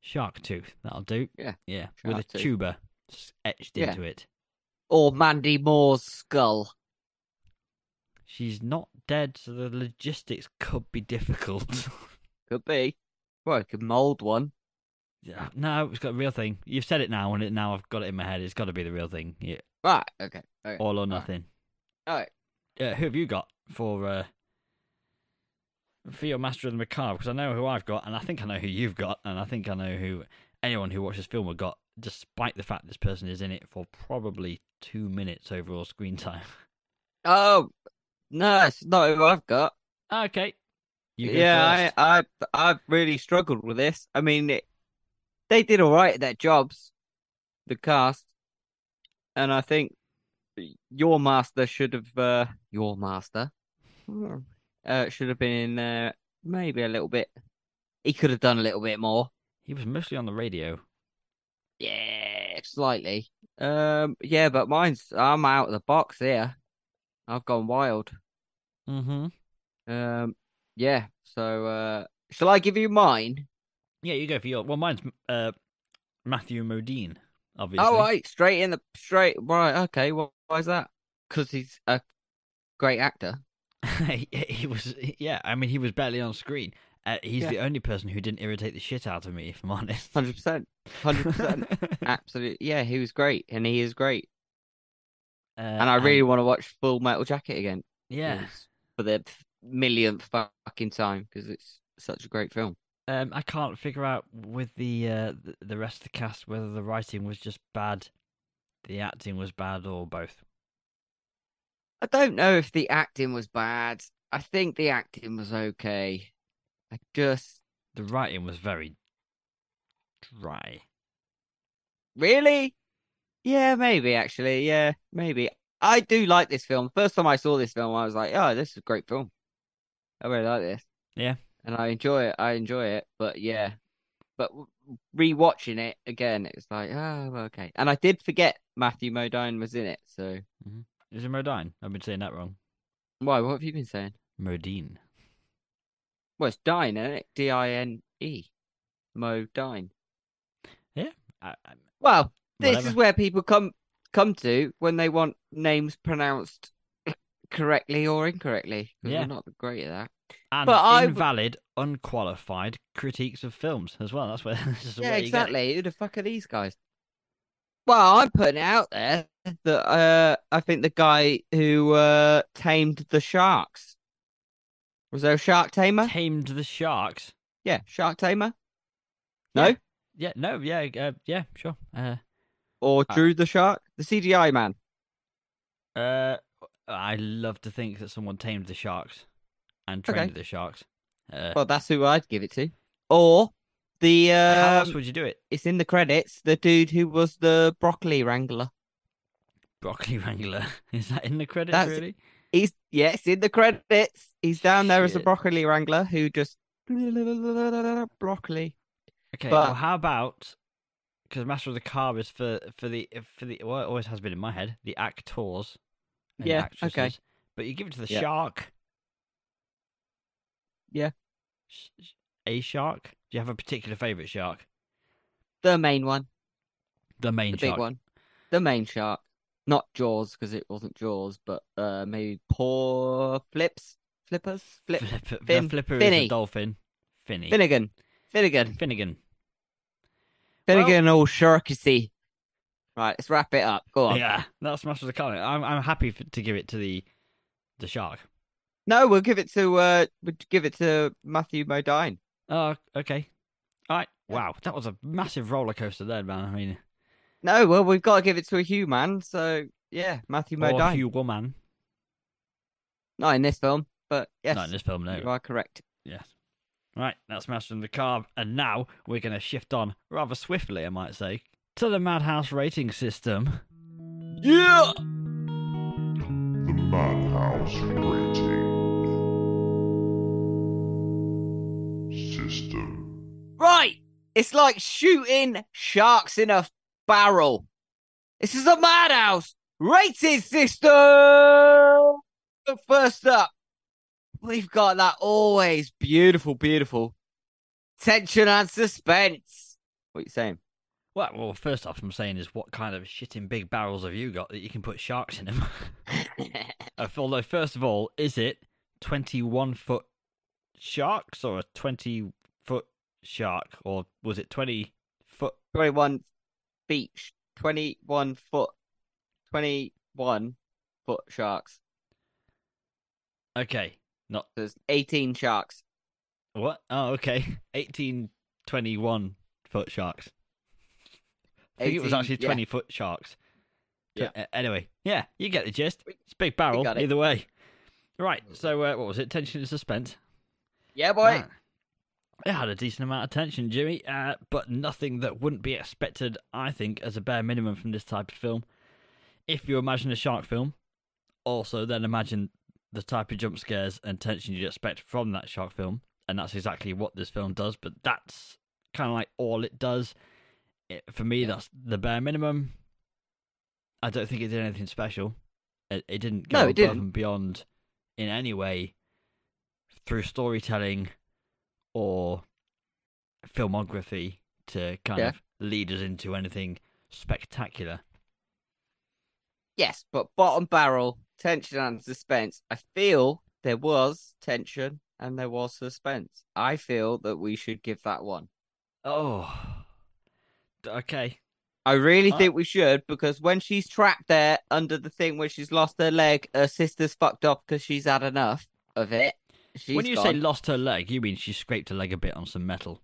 [SPEAKER 1] Shark tooth, that'll do.
[SPEAKER 3] Yeah.
[SPEAKER 1] Yeah, with
[SPEAKER 3] Shark
[SPEAKER 1] a
[SPEAKER 3] tooth.
[SPEAKER 1] tuba s- etched
[SPEAKER 3] Yeah.
[SPEAKER 1] into it.
[SPEAKER 3] Or Mandy Moore's skull.
[SPEAKER 1] She's not dead, so the logistics could be difficult.
[SPEAKER 3] Could be. Well, I could mould one.
[SPEAKER 1] Yeah, no, it's got a real thing. You've said it now, and it, now I've got it in my head. It's got to be the real thing. Yeah,
[SPEAKER 3] Right, okay. okay.
[SPEAKER 1] all or
[SPEAKER 3] right.
[SPEAKER 1] nothing.
[SPEAKER 3] Alright.
[SPEAKER 1] Yeah, who have you got for uh, for your master of the macabre? Because I know who I've got, and I think I know who you've got, and I think I know who anyone who watches film have got. Despite the fact this person is in it for probably two minutes overall screen time.
[SPEAKER 3] Oh, no, it's not who I've got.
[SPEAKER 1] okay, you go
[SPEAKER 3] yeah,
[SPEAKER 1] first.
[SPEAKER 3] I, I, I've really struggled with this. I mean, it, they did all right at their jobs, the cast, and I think your master should have, uh, your master, uh, should have been in there maybe a little bit. He could have done a little bit more.
[SPEAKER 1] He was mostly on the radio.
[SPEAKER 3] Yeah, slightly. Um, yeah, but mine's I'm out of the box here. I've gone wild.
[SPEAKER 1] Mm-hmm.
[SPEAKER 3] Um, yeah. So, uh, shall I give you mine?
[SPEAKER 1] Yeah, you go for your. Well, mine's uh, Matthew Modine, obviously.
[SPEAKER 3] Oh, right, straight in the straight. Right, okay. Well, why is that? Because he's a great actor.
[SPEAKER 1] he he was. Yeah, I mean, he was barely on screen. Uh, he's
[SPEAKER 3] Yeah.
[SPEAKER 1] the only person who didn't irritate the shit out of me, if I'm honest.
[SPEAKER 3] Hundred percent, hundred percent, absolutely. Yeah, he was great, and he is great.
[SPEAKER 1] Uh,
[SPEAKER 3] And I really want to watch Full Metal Jacket again.
[SPEAKER 1] yeah.
[SPEAKER 3] It's- for the millionth fucking time because it's such a great film.
[SPEAKER 1] Um, I can't figure out with the uh, th- the rest of the cast whether the writing was just bad, the acting was bad, or both.
[SPEAKER 3] I don't know if the acting was bad. I think the acting was okay. I just
[SPEAKER 1] The writing was very dry.
[SPEAKER 3] Really? Yeah, maybe actually. Yeah, maybe. I do like this film. First time I saw this film, I was like, "Oh, this is a great film. I really like this."
[SPEAKER 1] Yeah.
[SPEAKER 3] and I enjoy it. I enjoy it. But yeah, but w- rewatching it again, it was like, "Oh, well, okay." And I did forget Matthew Modine was in it. So
[SPEAKER 1] Is it Modine? I've been saying that wrong.
[SPEAKER 3] why? What have you been saying?
[SPEAKER 1] Modine.
[SPEAKER 3] Well, it's Dine, isn't it? D I N E, Modine.
[SPEAKER 1] I, I,
[SPEAKER 3] Well, this
[SPEAKER 1] Whatever.
[SPEAKER 3] is where people come come to when they want names pronounced correctly or incorrectly. 'cause
[SPEAKER 1] Yeah.
[SPEAKER 3] We're not great at that.
[SPEAKER 1] and
[SPEAKER 3] But I w-
[SPEAKER 1] invalid, unqualified critiques of films as well. That's where this is
[SPEAKER 3] Yeah,
[SPEAKER 1] where you get it.
[SPEAKER 3] exactly. Who the fuck are these guys? Well, I'm putting it out there that uh, I think the guy who uh, tamed the sharks was there a shark tamer?
[SPEAKER 1] Tamed the sharks.
[SPEAKER 3] Yeah, shark tamer. No,
[SPEAKER 1] Yeah. Yeah, no, yeah, uh, yeah, sure. Uh,
[SPEAKER 3] or
[SPEAKER 1] Uh,
[SPEAKER 3] drew the shark, the CGI man.
[SPEAKER 1] uh, I love to think that someone tamed the sharks and
[SPEAKER 3] Okay.
[SPEAKER 1] trained the sharks. Uh,
[SPEAKER 3] Well, that's who I'd give it to. Or the
[SPEAKER 1] how
[SPEAKER 3] uh,
[SPEAKER 1] else would you do it?
[SPEAKER 3] it's in the credits. The dude who was the broccoli wrangler.
[SPEAKER 1] Broccoli Wrangler. Is that in the credits,
[SPEAKER 3] That's-
[SPEAKER 1] really?
[SPEAKER 3] He's yes, in the credits. He's down there as a
[SPEAKER 1] Shit.
[SPEAKER 3] broccoli wrangler who just broccoli.
[SPEAKER 1] Okay,
[SPEAKER 3] but-
[SPEAKER 1] well, how about. Because Master of the Car is for, for the. for the Well, it always has been in my head the actors. And
[SPEAKER 3] Yeah, okay.
[SPEAKER 1] actresses. But you give it to the
[SPEAKER 3] Yeah.
[SPEAKER 1] shark.
[SPEAKER 3] Yeah.
[SPEAKER 1] Sh- sh- A shark? Do you have a particular favourite shark?
[SPEAKER 3] The main one,
[SPEAKER 1] The main
[SPEAKER 3] the
[SPEAKER 1] shark.
[SPEAKER 3] big one, the main shark. Not Jaws because it wasn't Jaws, but uh, maybe poor flips, flippers, flip
[SPEAKER 1] Flipper, the
[SPEAKER 3] Fin-
[SPEAKER 1] flipper is a
[SPEAKER 3] Finny.
[SPEAKER 1] dolphin. Finny.
[SPEAKER 3] Finnegan, Finnegan,
[SPEAKER 1] Finnegan.
[SPEAKER 3] Finnegan, all sharkusy. Right, let's wrap it up. Go on.
[SPEAKER 1] Yeah, that's Master of the Car. I'm, I'm happy f to give it to the the shark.
[SPEAKER 3] No, we'll give it to uh, we'll give it to Matthew Modine.
[SPEAKER 1] Oh, okay. All right. Wow, that was a massive roller coaster there, man. I mean,
[SPEAKER 3] No, well, we've got to give it to a human. So yeah, Matthew
[SPEAKER 1] or
[SPEAKER 3] Modine.
[SPEAKER 1] Hugh Woman.
[SPEAKER 3] Not in this film, but yes,
[SPEAKER 1] Not in this film, no.
[SPEAKER 3] you are correct.
[SPEAKER 1] Yes. Right, that's Master and the Carb, and now we're going to shift on rather swiftly, I might say, to the Madhouse rating system.
[SPEAKER 3] Yeah.
[SPEAKER 4] The Madhouse Rating System.
[SPEAKER 3] Right. It's like shooting sharks in a barrel. This is a madhouse rated system. First up, we've got that always beautiful, beautiful tension and suspense. What are you saying?
[SPEAKER 1] Well, well, first off, I'm saying is what kind of shitting big barrels have you got that you can put sharks in them? Uh, Although, first of all, is it 21 foot sharks or a 20 foot shark? Or was it 20 foot?
[SPEAKER 3] 21 feet, sh- 21 foot, 21 foot sharks.
[SPEAKER 1] Okay. Not
[SPEAKER 3] There's 18 sharks.
[SPEAKER 1] what? Oh, okay. 18, 21 foot sharks. I think it was
[SPEAKER 3] 18
[SPEAKER 1] actually
[SPEAKER 3] yeah.
[SPEAKER 1] 20 foot sharks.
[SPEAKER 3] Yeah.
[SPEAKER 1] Uh, anyway, yeah, you get the gist. It's a big barrel,
[SPEAKER 3] got it.
[SPEAKER 1] either way. Right, so uh, what was it? Tension and suspense.
[SPEAKER 3] Yeah, boy.
[SPEAKER 1] Man, It had a decent amount of tension, Jimmy, uh, but nothing that wouldn't be expected, I think, as a bare minimum from this type of film. If you imagine a shark film, also then imagine the type of jump scares and tension you'd expect from that shark film, and that's exactly what this film does. But that's kind of like all it does. It, for me, that's the bare minimum. I don't think it did anything special. It, it didn't go
[SPEAKER 3] No, it
[SPEAKER 1] above
[SPEAKER 3] didn't.
[SPEAKER 1] and beyond in any way through storytelling or filmography to kind
[SPEAKER 3] Yeah.
[SPEAKER 1] of lead us into anything spectacular.
[SPEAKER 3] Yes, but bottom barrel, tension and suspense. I feel there was tension and there was suspense. I feel that we should give that one.
[SPEAKER 1] Oh, okay.
[SPEAKER 3] I really
[SPEAKER 1] Alright.
[SPEAKER 3] think we should because when she's trapped there under the thing where she's lost her leg, her sister's fucked up because she's had enough of it. She's
[SPEAKER 1] when you
[SPEAKER 3] gone.
[SPEAKER 1] say lost her leg, you mean she scraped her leg a bit on some metal.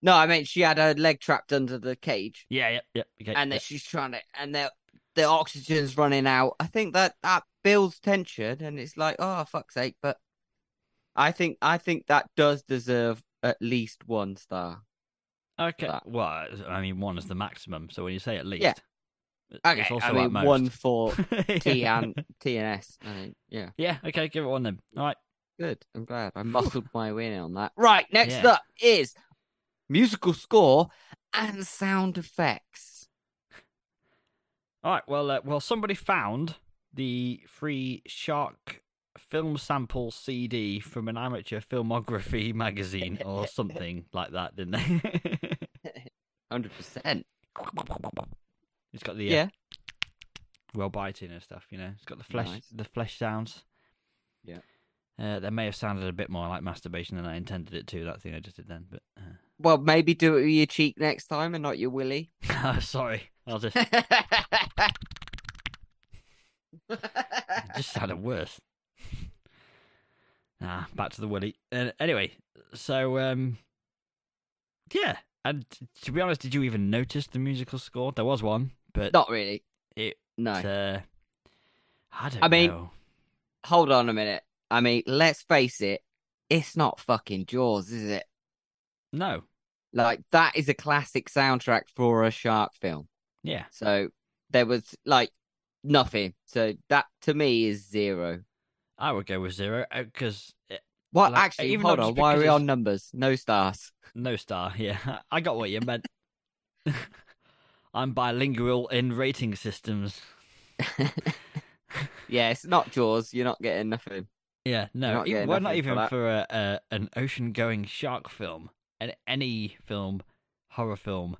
[SPEAKER 3] no, I mean she had her leg trapped under the cage,
[SPEAKER 1] Yeah, yep, yep. Okay,
[SPEAKER 3] and then
[SPEAKER 1] yep.
[SPEAKER 3] she's trying to, and the the oxygen's running out. I think that that builds tension, and it's like, oh fuck's sake! But I think I think that does deserve at least one star.
[SPEAKER 1] okay.
[SPEAKER 3] that.
[SPEAKER 1] Well, I mean, one is the maximum. So when you say at least,
[SPEAKER 3] Yeah.
[SPEAKER 1] it-
[SPEAKER 3] Okay,
[SPEAKER 1] it's also
[SPEAKER 3] I
[SPEAKER 1] at
[SPEAKER 3] mean
[SPEAKER 1] most.
[SPEAKER 3] one for
[SPEAKER 1] Yeah.
[SPEAKER 3] T and TNS. I think. Yeah,
[SPEAKER 1] yeah. Okay, give it one then. All right.
[SPEAKER 3] good. I'm glad I muscled my way in on that. Right, next
[SPEAKER 1] Yeah.
[SPEAKER 3] up is musical score and sound effects.
[SPEAKER 1] All right. Well, uh, well, somebody found the free shark film sample CD from an amateur filmography magazine or something like that, didn't they?
[SPEAKER 3] Hundred percent.
[SPEAKER 1] it's got the uh,
[SPEAKER 3] Yeah.
[SPEAKER 1] well biting and stuff. You know, it's got the flesh,
[SPEAKER 3] Nice.
[SPEAKER 1] the flesh sounds.
[SPEAKER 3] Yeah.
[SPEAKER 1] Uh, they may have sounded a bit more like masturbation than I intended it to. That thing I just did then, but uh,
[SPEAKER 3] Well, maybe do it with your cheek next time and not your willy.
[SPEAKER 1] oh, sorry, I'll just it just sounded worse. nah, back to the Willy. Uh, anyway, so um, yeah, and t- to be honest, did you even notice the musical score? There was one, but
[SPEAKER 3] not really.
[SPEAKER 1] it.
[SPEAKER 3] No.
[SPEAKER 1] Uh, I don't
[SPEAKER 3] I mean,
[SPEAKER 1] know.
[SPEAKER 3] Hold on a minute. I mean, let's face it, it's not fucking Jaws, is it?
[SPEAKER 1] No.
[SPEAKER 3] Like that is a classic soundtrack for a shark film.
[SPEAKER 1] Yeah.
[SPEAKER 3] So there was like nothing. So that to me is zero.
[SPEAKER 1] I would go with zero uh, eh, because
[SPEAKER 3] What
[SPEAKER 1] Like,
[SPEAKER 3] actually?
[SPEAKER 1] even
[SPEAKER 3] hold
[SPEAKER 1] not
[SPEAKER 3] on.
[SPEAKER 1] just
[SPEAKER 3] Why are
[SPEAKER 1] because
[SPEAKER 3] we
[SPEAKER 1] it's-
[SPEAKER 3] on numbers? No stars.
[SPEAKER 1] no star. Yeah, I got what you meant. I'm bilingual in rating systems.
[SPEAKER 3] Yeah, it's not Jaws. You're not getting nothing.
[SPEAKER 1] Yeah, no,
[SPEAKER 3] Not
[SPEAKER 1] e-
[SPEAKER 3] getting
[SPEAKER 1] well, not
[SPEAKER 3] nothing for
[SPEAKER 1] even for,
[SPEAKER 3] that.
[SPEAKER 1] a, a, an ocean-going shark film. An, any film, horror film,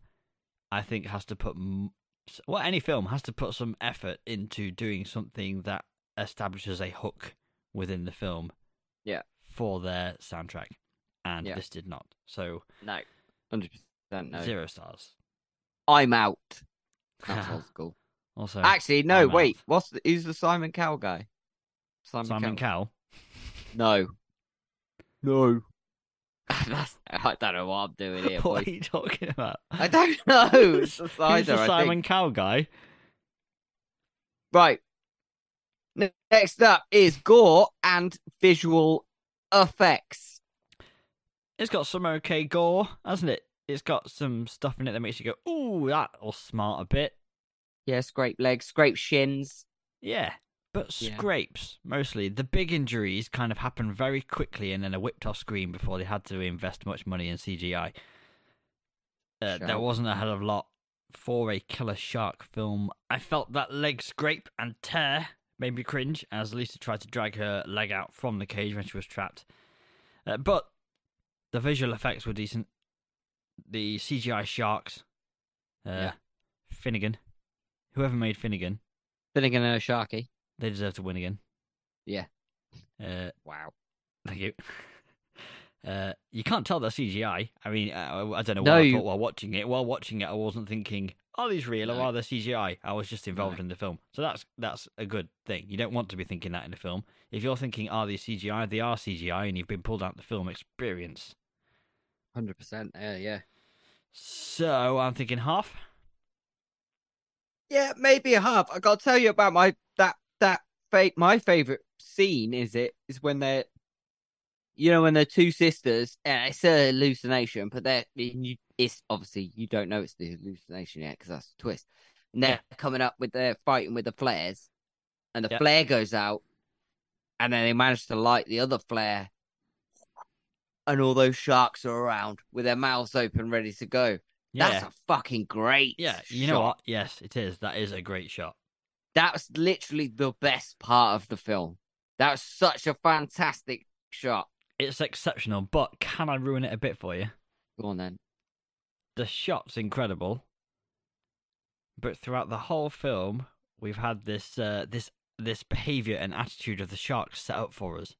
[SPEAKER 1] I think has to put m- s- well, any film has to put some effort into doing something that establishes a hook within the film.
[SPEAKER 3] Yeah.
[SPEAKER 1] For their soundtrack, and
[SPEAKER 3] Yeah.
[SPEAKER 1] this did not. So
[SPEAKER 3] No, hundred percent no.
[SPEAKER 1] zero stars.
[SPEAKER 3] I'm out. That's old school.
[SPEAKER 1] also,
[SPEAKER 3] Actually, no.
[SPEAKER 1] I'm out.
[SPEAKER 3] wait, what's the, who's the Simon Cowell guy? Simon,
[SPEAKER 1] Simon Cowell.
[SPEAKER 3] No. No. That's, I don't know what I'm doing here.
[SPEAKER 1] What
[SPEAKER 3] boy.
[SPEAKER 1] are you talking about?
[SPEAKER 3] I don't know.
[SPEAKER 1] Who's-
[SPEAKER 3] It's the
[SPEAKER 1] Who's
[SPEAKER 3] cider,
[SPEAKER 1] the
[SPEAKER 3] I
[SPEAKER 1] Simon
[SPEAKER 3] think.
[SPEAKER 1] Cowell guy?
[SPEAKER 3] Right. Ne- Next up is gore and visual effects.
[SPEAKER 1] It's got some okay gore, hasn't it? It's got some stuff in it that makes you go, ooh, that will smart a bit.
[SPEAKER 3] Yeah, scrape legs, scrape shins.
[SPEAKER 1] Yeah. But
[SPEAKER 3] Yeah.
[SPEAKER 1] scrapes, mostly. The big injuries kind of happen very quickly and then are whipped off screen before they had to invest much money in CGI. Uh,
[SPEAKER 3] Sure.
[SPEAKER 1] There wasn't a hell of a lot for a killer shark film. I felt that leg scrape and tear made me cringe as Lisa tried to drag her leg out from the cage when she was trapped. Uh, but the visual effects were decent. The CGI sharks, uh,
[SPEAKER 3] Yeah.
[SPEAKER 1] Finnegan, whoever made Finnegan,
[SPEAKER 3] Finnegan and a Sharky.
[SPEAKER 1] they deserve to win again.
[SPEAKER 3] Yeah.
[SPEAKER 1] Uh,
[SPEAKER 3] Wow.
[SPEAKER 1] thank you. Uh, you can't tell they're CGI. I mean, uh, I, I don't know
[SPEAKER 3] No,
[SPEAKER 1] what I
[SPEAKER 3] you-
[SPEAKER 1] thought while watching it. While watching it, I wasn't thinking, "Are these real or
[SPEAKER 3] No.
[SPEAKER 1] are they CGI?" I was just involved
[SPEAKER 3] No.
[SPEAKER 1] in the film, so that's that's a good thing. You don't want to be thinking that in a film. If you're thinking, "Are these CGI?" They are CGI, and you've been pulled out the film experience.
[SPEAKER 3] 100%. Yeah, yeah.
[SPEAKER 1] So I'm thinking half.
[SPEAKER 3] Yeah, maybe a half. I gotta tell you about my that that fa- my favorite scene is it is when they're you know when they're two sisters and it's a hallucination, but they're you, it's obviously you don't know it's the hallucination yet because that's the twist. And they're coming up with they're fighting with the flares, and the
[SPEAKER 1] Yeah.
[SPEAKER 3] flare goes out, and then they manage to light the other flare, and all those sharks are around with their mouths open, ready to go.
[SPEAKER 1] Yeah,
[SPEAKER 3] That's a fucking great.
[SPEAKER 1] yeah. You know
[SPEAKER 3] shot.
[SPEAKER 1] what? Yes, it is. That is a great shot.
[SPEAKER 3] That was literally the best part of the film. That was such a fantastic shot.
[SPEAKER 1] It's exceptional. But can I ruin it a bit for you?
[SPEAKER 3] Go on then.
[SPEAKER 1] the shot's incredible, but throughout the whole film, we've had this uh, this this behavior and attitude of the sharks set up for us.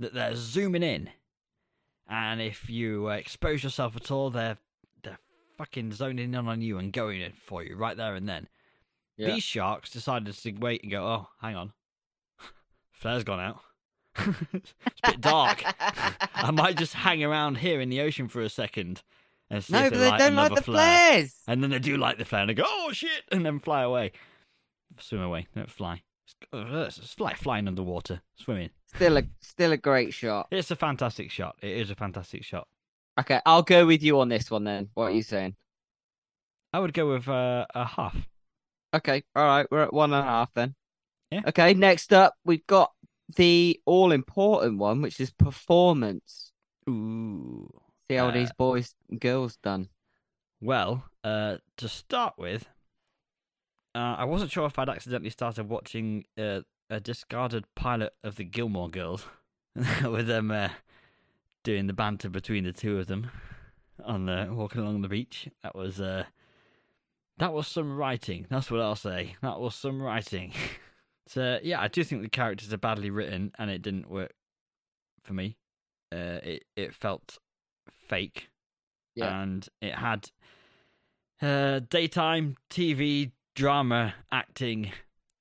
[SPEAKER 1] That they're zooming in, and if you uh, expose yourself at all, they're they're fucking zoning in on you and going in for you right there and then.
[SPEAKER 3] Yeah.
[SPEAKER 1] These sharks decided to wait and go. Oh, hang on, flare's gone out. it's a bit dark. I might just hang around here in the ocean for a second and see
[SPEAKER 3] no,
[SPEAKER 1] if
[SPEAKER 3] but
[SPEAKER 1] they,
[SPEAKER 3] they
[SPEAKER 1] light
[SPEAKER 3] don't
[SPEAKER 1] another
[SPEAKER 3] like the
[SPEAKER 1] flare.
[SPEAKER 3] flares.
[SPEAKER 1] And then they do light the flare and they go, oh shit, and then fly away. Swim away, don't fly. It's it's like flying underwater, swimming.
[SPEAKER 3] Still a still a great shot.
[SPEAKER 1] It's a fantastic shot. It is a fantastic shot.
[SPEAKER 3] Okay, I'll go with you on this one then. What are you saying?
[SPEAKER 1] I would go with uh, a half.
[SPEAKER 3] Okay, all right, we're at one and a half then.
[SPEAKER 1] Yeah.
[SPEAKER 3] Okay, next up we've got the all important one, which is performance.
[SPEAKER 1] Ooh.
[SPEAKER 3] See how
[SPEAKER 1] Uh,
[SPEAKER 3] these boys and girls done.
[SPEAKER 1] Well, uh, to start with, uh, I wasn't sure if I'd accidentally started watching uh, a discarded pilot of the Gilmore Girls with them uh, doing the banter between the two of them on the walking along the beach. That was uh, That was some writing. That's what I'll say. That was some writing. so yeah, I do think the characters are badly written, and it didn't work for me. Uh, it it felt fake,
[SPEAKER 3] Yeah.
[SPEAKER 1] and it had uh, daytime TV drama acting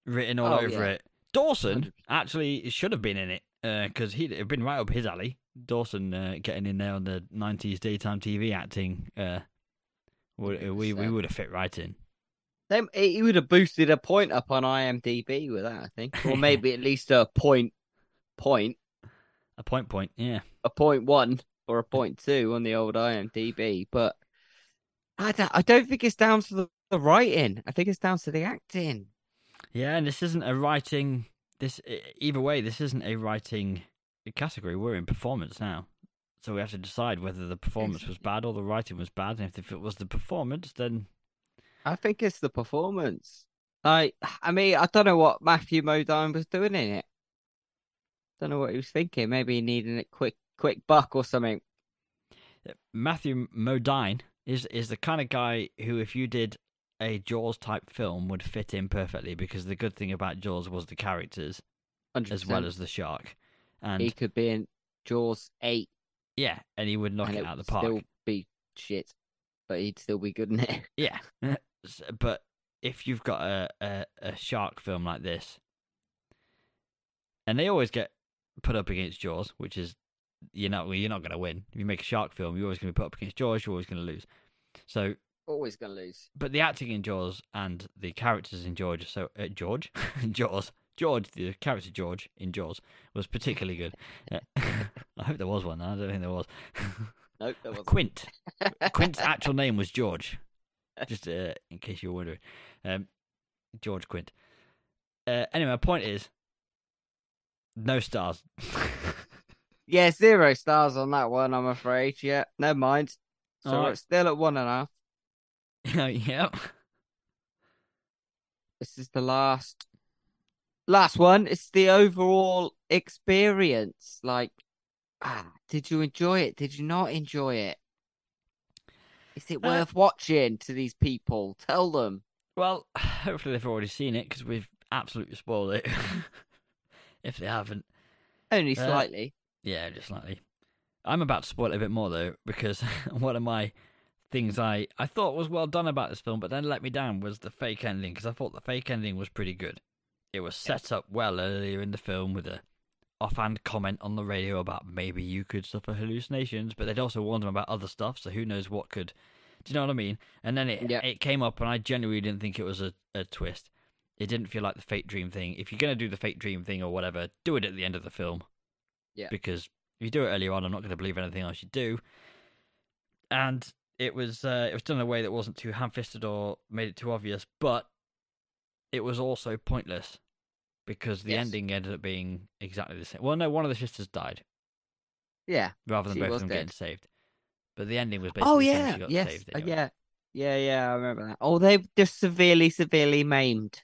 [SPEAKER 1] written all
[SPEAKER 3] Oh,
[SPEAKER 1] over
[SPEAKER 3] yeah.
[SPEAKER 1] it. Dawson
[SPEAKER 3] 100%.
[SPEAKER 1] actually should have been in it because he'd have been right up his alley. Dawson uh, getting in there on the '90s daytime TV acting, uh, would, uh, we we
[SPEAKER 3] 100%.
[SPEAKER 1] would have fit right in.
[SPEAKER 3] Them, he would have boosted a point up on IMDb with that, I think, or maybe at least a point, point,
[SPEAKER 1] A point, point, yeah.
[SPEAKER 3] a point one or a point two on the old IMDb. But I don't, I don't think it's down to the, the writing. I think it's down to the acting.
[SPEAKER 1] Yeah, and this isn't a writing. This e- either way, this isn't a writing category. We're in performance now, so we have to decide whether the performance was bad or the writing was bad. And if it was the performance, then
[SPEAKER 3] I think it's the performance. Like, I mean, I don't know what Matthew Modine was doing in it. Don't know what he was thinking. Maybe he needed a quick, quick buck or something.
[SPEAKER 1] Matthew Modine is is the kind of guy who, if you did a Jaws type film, would fit in perfectly because the good thing about Jaws was the characters
[SPEAKER 3] 100%.
[SPEAKER 1] as well as the shark, and
[SPEAKER 3] he could be in Jaws eight.
[SPEAKER 1] yeah, and he would knock it
[SPEAKER 3] and it
[SPEAKER 1] out of
[SPEAKER 3] would
[SPEAKER 1] the park.
[SPEAKER 3] Still be shit, but he'd still be good in it.
[SPEAKER 1] Yeah, S- but if you've got a, a a shark film like this, and they always get put up against Jaws, which is you're not well, you're not going to win. If you make a shark film, you're always going to be put up against Jaws. You're always going to lose. So,
[SPEAKER 3] Always gonna lose.
[SPEAKER 1] but the acting in Jaws and the characters in George, so uh, George, Jaws, George, the character George in Jaws was particularly good. Uh, I hope there was one. I don't think there was.
[SPEAKER 3] Nope, that wasn't.
[SPEAKER 1] Quint. Quint's actual name was George. Just uh, in case you were wondering, um, George Quint. Uh, anyway, my point is, no stars.
[SPEAKER 3] Yeah, zero stars on that one. I'm afraid. Yeah, never mind. So
[SPEAKER 1] All right.
[SPEAKER 3] it's still at one and a half.
[SPEAKER 1] yep.
[SPEAKER 3] This is the last, last one. It's the overall experience. Like, ah, did you enjoy it? Did you not enjoy it? Is it
[SPEAKER 1] Uh,
[SPEAKER 3] worth watching to these people? Tell them.
[SPEAKER 1] Well, hopefully they've already seen it because we've absolutely spoiled it. if they haven't,
[SPEAKER 3] Only
[SPEAKER 1] Uh,
[SPEAKER 3] slightly.
[SPEAKER 1] yeah, just slightly. I'm about to spoil it a bit more though because one of my things I I thought was well done about this film, but then let me down was the fake ending because I thought the fake ending was pretty good. It was set up well earlier in the film with a offhand comment on the radio about maybe you could suffer hallucinations, but they'd also warned him about other stuff, so who knows what could. Do you know what I mean? And then it
[SPEAKER 3] Yeah.
[SPEAKER 1] it came up, and I genuinely didn't think it was a, a twist. It didn't feel like the fake dream thing. If you're gonna do the fake dream thing or whatever, do it at the end of the film.
[SPEAKER 3] Yeah.
[SPEAKER 1] Because if you do it earlier on, I'm not gonna believe anything else you do. And it was uh, it was done in a way that wasn't too ham-fisted or made it too obvious, but it was also pointless because the
[SPEAKER 3] Yes.
[SPEAKER 1] ending ended up being exactly the same. Well, no, one of the sisters died
[SPEAKER 3] Yeah.
[SPEAKER 1] rather than
[SPEAKER 3] She
[SPEAKER 1] both of
[SPEAKER 3] was
[SPEAKER 1] them getting
[SPEAKER 3] dead.
[SPEAKER 1] saved, but the ending was basically
[SPEAKER 3] Oh
[SPEAKER 1] the same,
[SPEAKER 3] yeah,
[SPEAKER 1] she got
[SPEAKER 3] yes,
[SPEAKER 1] saved.
[SPEAKER 3] uh,
[SPEAKER 1] anyway.
[SPEAKER 3] yeah, yeah, yeah. I remember that. Oh, they they're severely, severely maimed.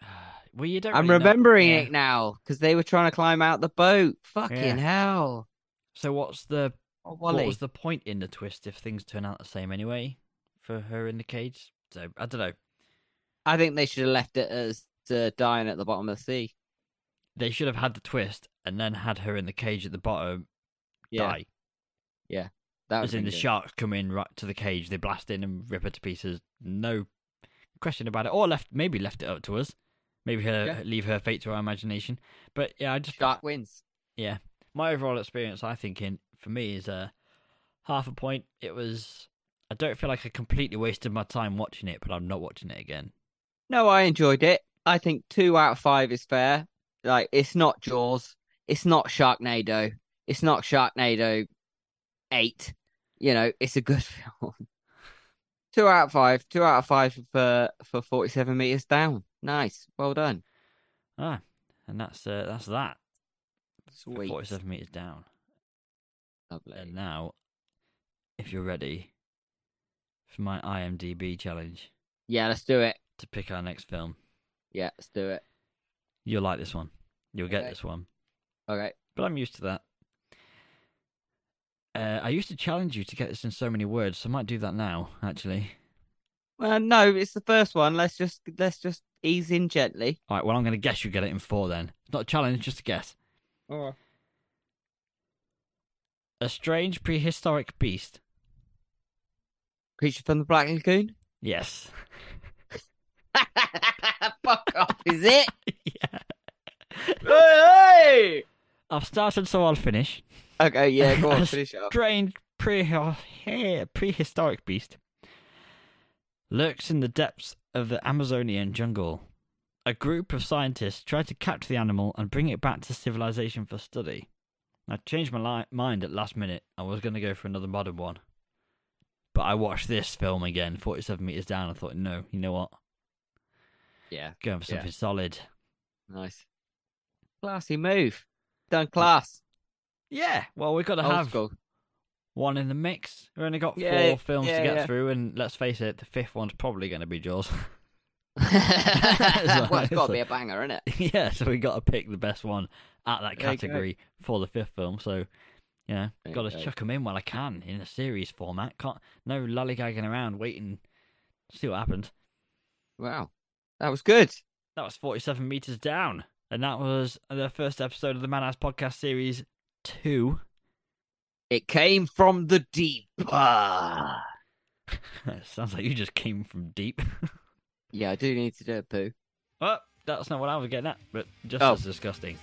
[SPEAKER 1] Well, you don't.
[SPEAKER 3] I'm
[SPEAKER 1] really know-
[SPEAKER 3] remembering
[SPEAKER 1] yeah.
[SPEAKER 3] it now because they were trying to climb out the boat. Fucking
[SPEAKER 1] Yeah.
[SPEAKER 3] hell!
[SPEAKER 1] So what's the
[SPEAKER 3] Oh,
[SPEAKER 1] what
[SPEAKER 3] Wally.
[SPEAKER 1] was the point in the twist if things turn out the same anyway for her in the cage? So I don't know.
[SPEAKER 3] I think they should have left it as uh, dying at the bottom of the sea.
[SPEAKER 1] They should have had the twist and then had her in the cage at the bottom
[SPEAKER 3] Yeah,
[SPEAKER 1] die.
[SPEAKER 3] that
[SPEAKER 1] As in the
[SPEAKER 3] good.
[SPEAKER 1] sharks come in right to the cage, they blast in and rip her to pieces. No question about it. Or left maybe left it up to us. Maybe her
[SPEAKER 3] Yeah.
[SPEAKER 1] leave her fate to our imagination. But yeah, I just
[SPEAKER 3] Shark wins.
[SPEAKER 1] yeah my overall experience i think in for me is uh half a point it was i don't feel like i completely wasted my time watching it but i'm not watching it again
[SPEAKER 3] No, I enjoyed it. I think two out of five is fair. Like it's not Jaws. It's not Sharknado. It's not Sharknado eight. You know, it's a good film. two out of five. Two out of five for for forty seven meters down. Nice. Well done.
[SPEAKER 1] ah and that's uh, that's that for
[SPEAKER 3] Sweet.
[SPEAKER 1] 47 meters down and
[SPEAKER 3] Lovely.
[SPEAKER 1] now if you're ready for my imdb challenge
[SPEAKER 3] Yeah, let's do it.
[SPEAKER 1] to pick our next film
[SPEAKER 3] Yeah, let's do it.
[SPEAKER 1] you'll like this one you'll get
[SPEAKER 3] Okay.
[SPEAKER 1] this one
[SPEAKER 3] Okay.
[SPEAKER 1] but i'm used to that uh, i used to challenge you to get this in so many words so i might do that now actually
[SPEAKER 3] Well, no, it's the first one. Let's just let's just ease in gently.
[SPEAKER 1] All right, well, I'm going to guess you get it in four then. It's not a challenge, just a guess.
[SPEAKER 3] All right.
[SPEAKER 1] A strange prehistoric beast.
[SPEAKER 3] Creature from the Black Lagoon.
[SPEAKER 1] Yes.
[SPEAKER 3] Fuck off, is it?
[SPEAKER 1] yeah.
[SPEAKER 3] hey,
[SPEAKER 1] I've started, so I'll finish.
[SPEAKER 3] Okay, yeah, go on,
[SPEAKER 1] A
[SPEAKER 3] finish it up.
[SPEAKER 1] Strange pre- prehistoric beast lurks in the depths of the Amazonian jungle. A group of scientists tried to capture the animal and bring it back to civilization for study. I changed my li- mind at last minute. I was going to go for another modern one. But I watched this film again, 47 meters down. I thought, no, you know what?
[SPEAKER 3] Yeah,
[SPEAKER 1] Going for
[SPEAKER 3] Yeah.
[SPEAKER 1] something solid.
[SPEAKER 3] nice, classy move. Done, class.
[SPEAKER 1] Yeah, well, we've got to
[SPEAKER 3] Old
[SPEAKER 1] have
[SPEAKER 3] school.
[SPEAKER 1] one in the mix. We've only got
[SPEAKER 3] Yeah,
[SPEAKER 1] four films
[SPEAKER 3] yeah,
[SPEAKER 1] to get
[SPEAKER 3] yeah.
[SPEAKER 1] through, and let's face it, the fifth one's probably going to be Jaws.
[SPEAKER 3] well, it's got to be a banger, isn't it?
[SPEAKER 1] yeah, so we got to pick the best one at that
[SPEAKER 3] There you go.
[SPEAKER 1] category for the fifth film. So, you know,
[SPEAKER 3] There
[SPEAKER 1] got to
[SPEAKER 3] you go.
[SPEAKER 1] 'em chuck them in while I can in a series format. Can't no lollygagging around waiting. to See what happens.
[SPEAKER 3] Wow, that was good.
[SPEAKER 1] That was forty-seven meters down, and that was the first episode of the Manhouse Podcast Series Two.
[SPEAKER 3] It came from the deep. Ah.
[SPEAKER 1] Sounds like you just came from deep.
[SPEAKER 3] Yeah, I do need to do a poo.
[SPEAKER 1] Well, Oh, that's not what I was getting at, but just
[SPEAKER 3] Oh.
[SPEAKER 1] as disgusting.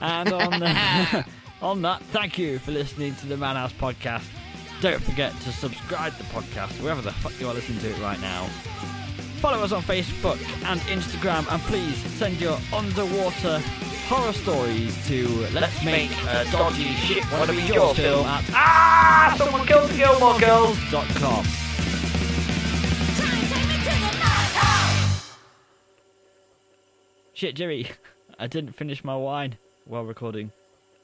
[SPEAKER 1] And on, the, on that, thank you for listening to the Manhouse Podcast. Don't forget to subscribe to the podcast, wherever the fuck you are listening to it right now. Follow us on Facebook and Instagram, and please send your underwater horror stories to Let's Make a Dodgy Shit Wanna Be Your Film at Ah, someone killed the Gilmore Girls.com. Shit, Jimmy, I didn't finish my wine while recording.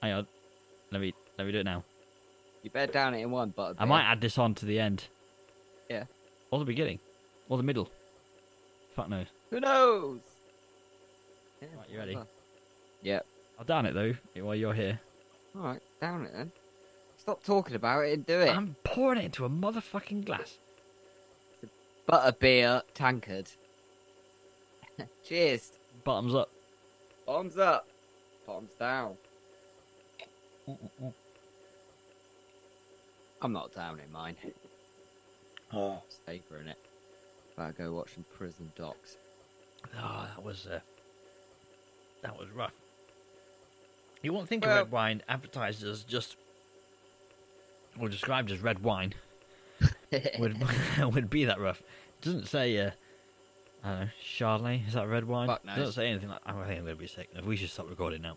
[SPEAKER 1] Hang on, let me let me do it now.
[SPEAKER 3] You better down it in one, but
[SPEAKER 1] I might add this on to the end
[SPEAKER 3] Yeah.
[SPEAKER 1] or the beginning or the middle. Fuck knows.
[SPEAKER 3] Who knows?
[SPEAKER 1] Right, you ready?
[SPEAKER 3] Yeah.
[SPEAKER 1] I'll down it though while you're here.
[SPEAKER 3] All right, down it then. Stop talking about it and do it.
[SPEAKER 1] I'm pouring it into a motherfucking glass.
[SPEAKER 3] Butter beer tankard. Cheers.
[SPEAKER 1] Bottoms up.
[SPEAKER 3] Bombs up. Bombs down. I'm not down in mine. Oh. Savouring it. Better go watch some prison docs.
[SPEAKER 1] Oh, that was uh, that was rough. You won't think
[SPEAKER 3] Well-
[SPEAKER 1] of red wine advertised as just or described as red wine. would would be that rough. It doesn't say uh, I don't know, Chardonnay. Is that red wine?
[SPEAKER 3] Fuck
[SPEAKER 1] Doesn't
[SPEAKER 3] knows.
[SPEAKER 1] say anything. Like, I think I'm going to be sick. We should stop recording now.